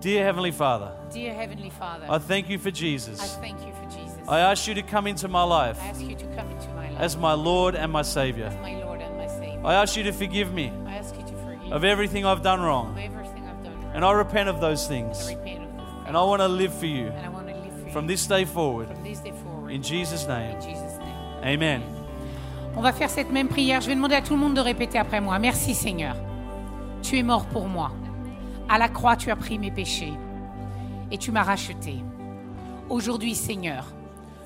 B: Dear Heavenly Father,
C: Dear Heavenly Father,
B: I thank you for
C: I
B: Jesus.
C: thank you for Jesus.
B: I ask you to come into my life
C: I ask you to come into my life
B: as my Lord and my Savior.
C: my Lord and my Savior.
B: I ask you to forgive me
C: I ask you to forgive
B: of
C: me
B: everything I've done
C: of
B: wrong,
C: everything I've done wrong.
B: and I repent of those things.
C: I repent of this.
B: And I want to live for you
C: And I want to live for
B: from
C: you
B: this day forward.
C: from this day forward.
B: In Jesus' name,
C: In Jesus' name.
B: amen.
C: On va faire cette même prière. Je vais demander à tout le monde de répéter après moi. Merci Seigneur. Tu es mort pour moi. À la croix, tu as pris mes péchés et tu m'as racheté. Aujourd'hui, Seigneur,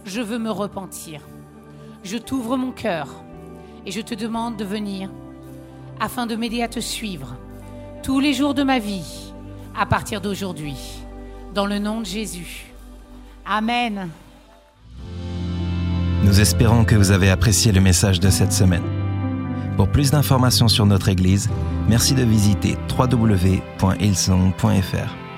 C: je veux me repentir. Je t'ouvre mon cœur et je te demande de venir afin de m'aider à te suivre tous les jours de ma vie à partir d'aujourd'hui. Dans le nom de Jésus. Amen.
A: Nous espérons que vous avez apprécié le message de cette semaine. Pour plus d'informations sur notre Église, merci de visiter www.ilson.fr.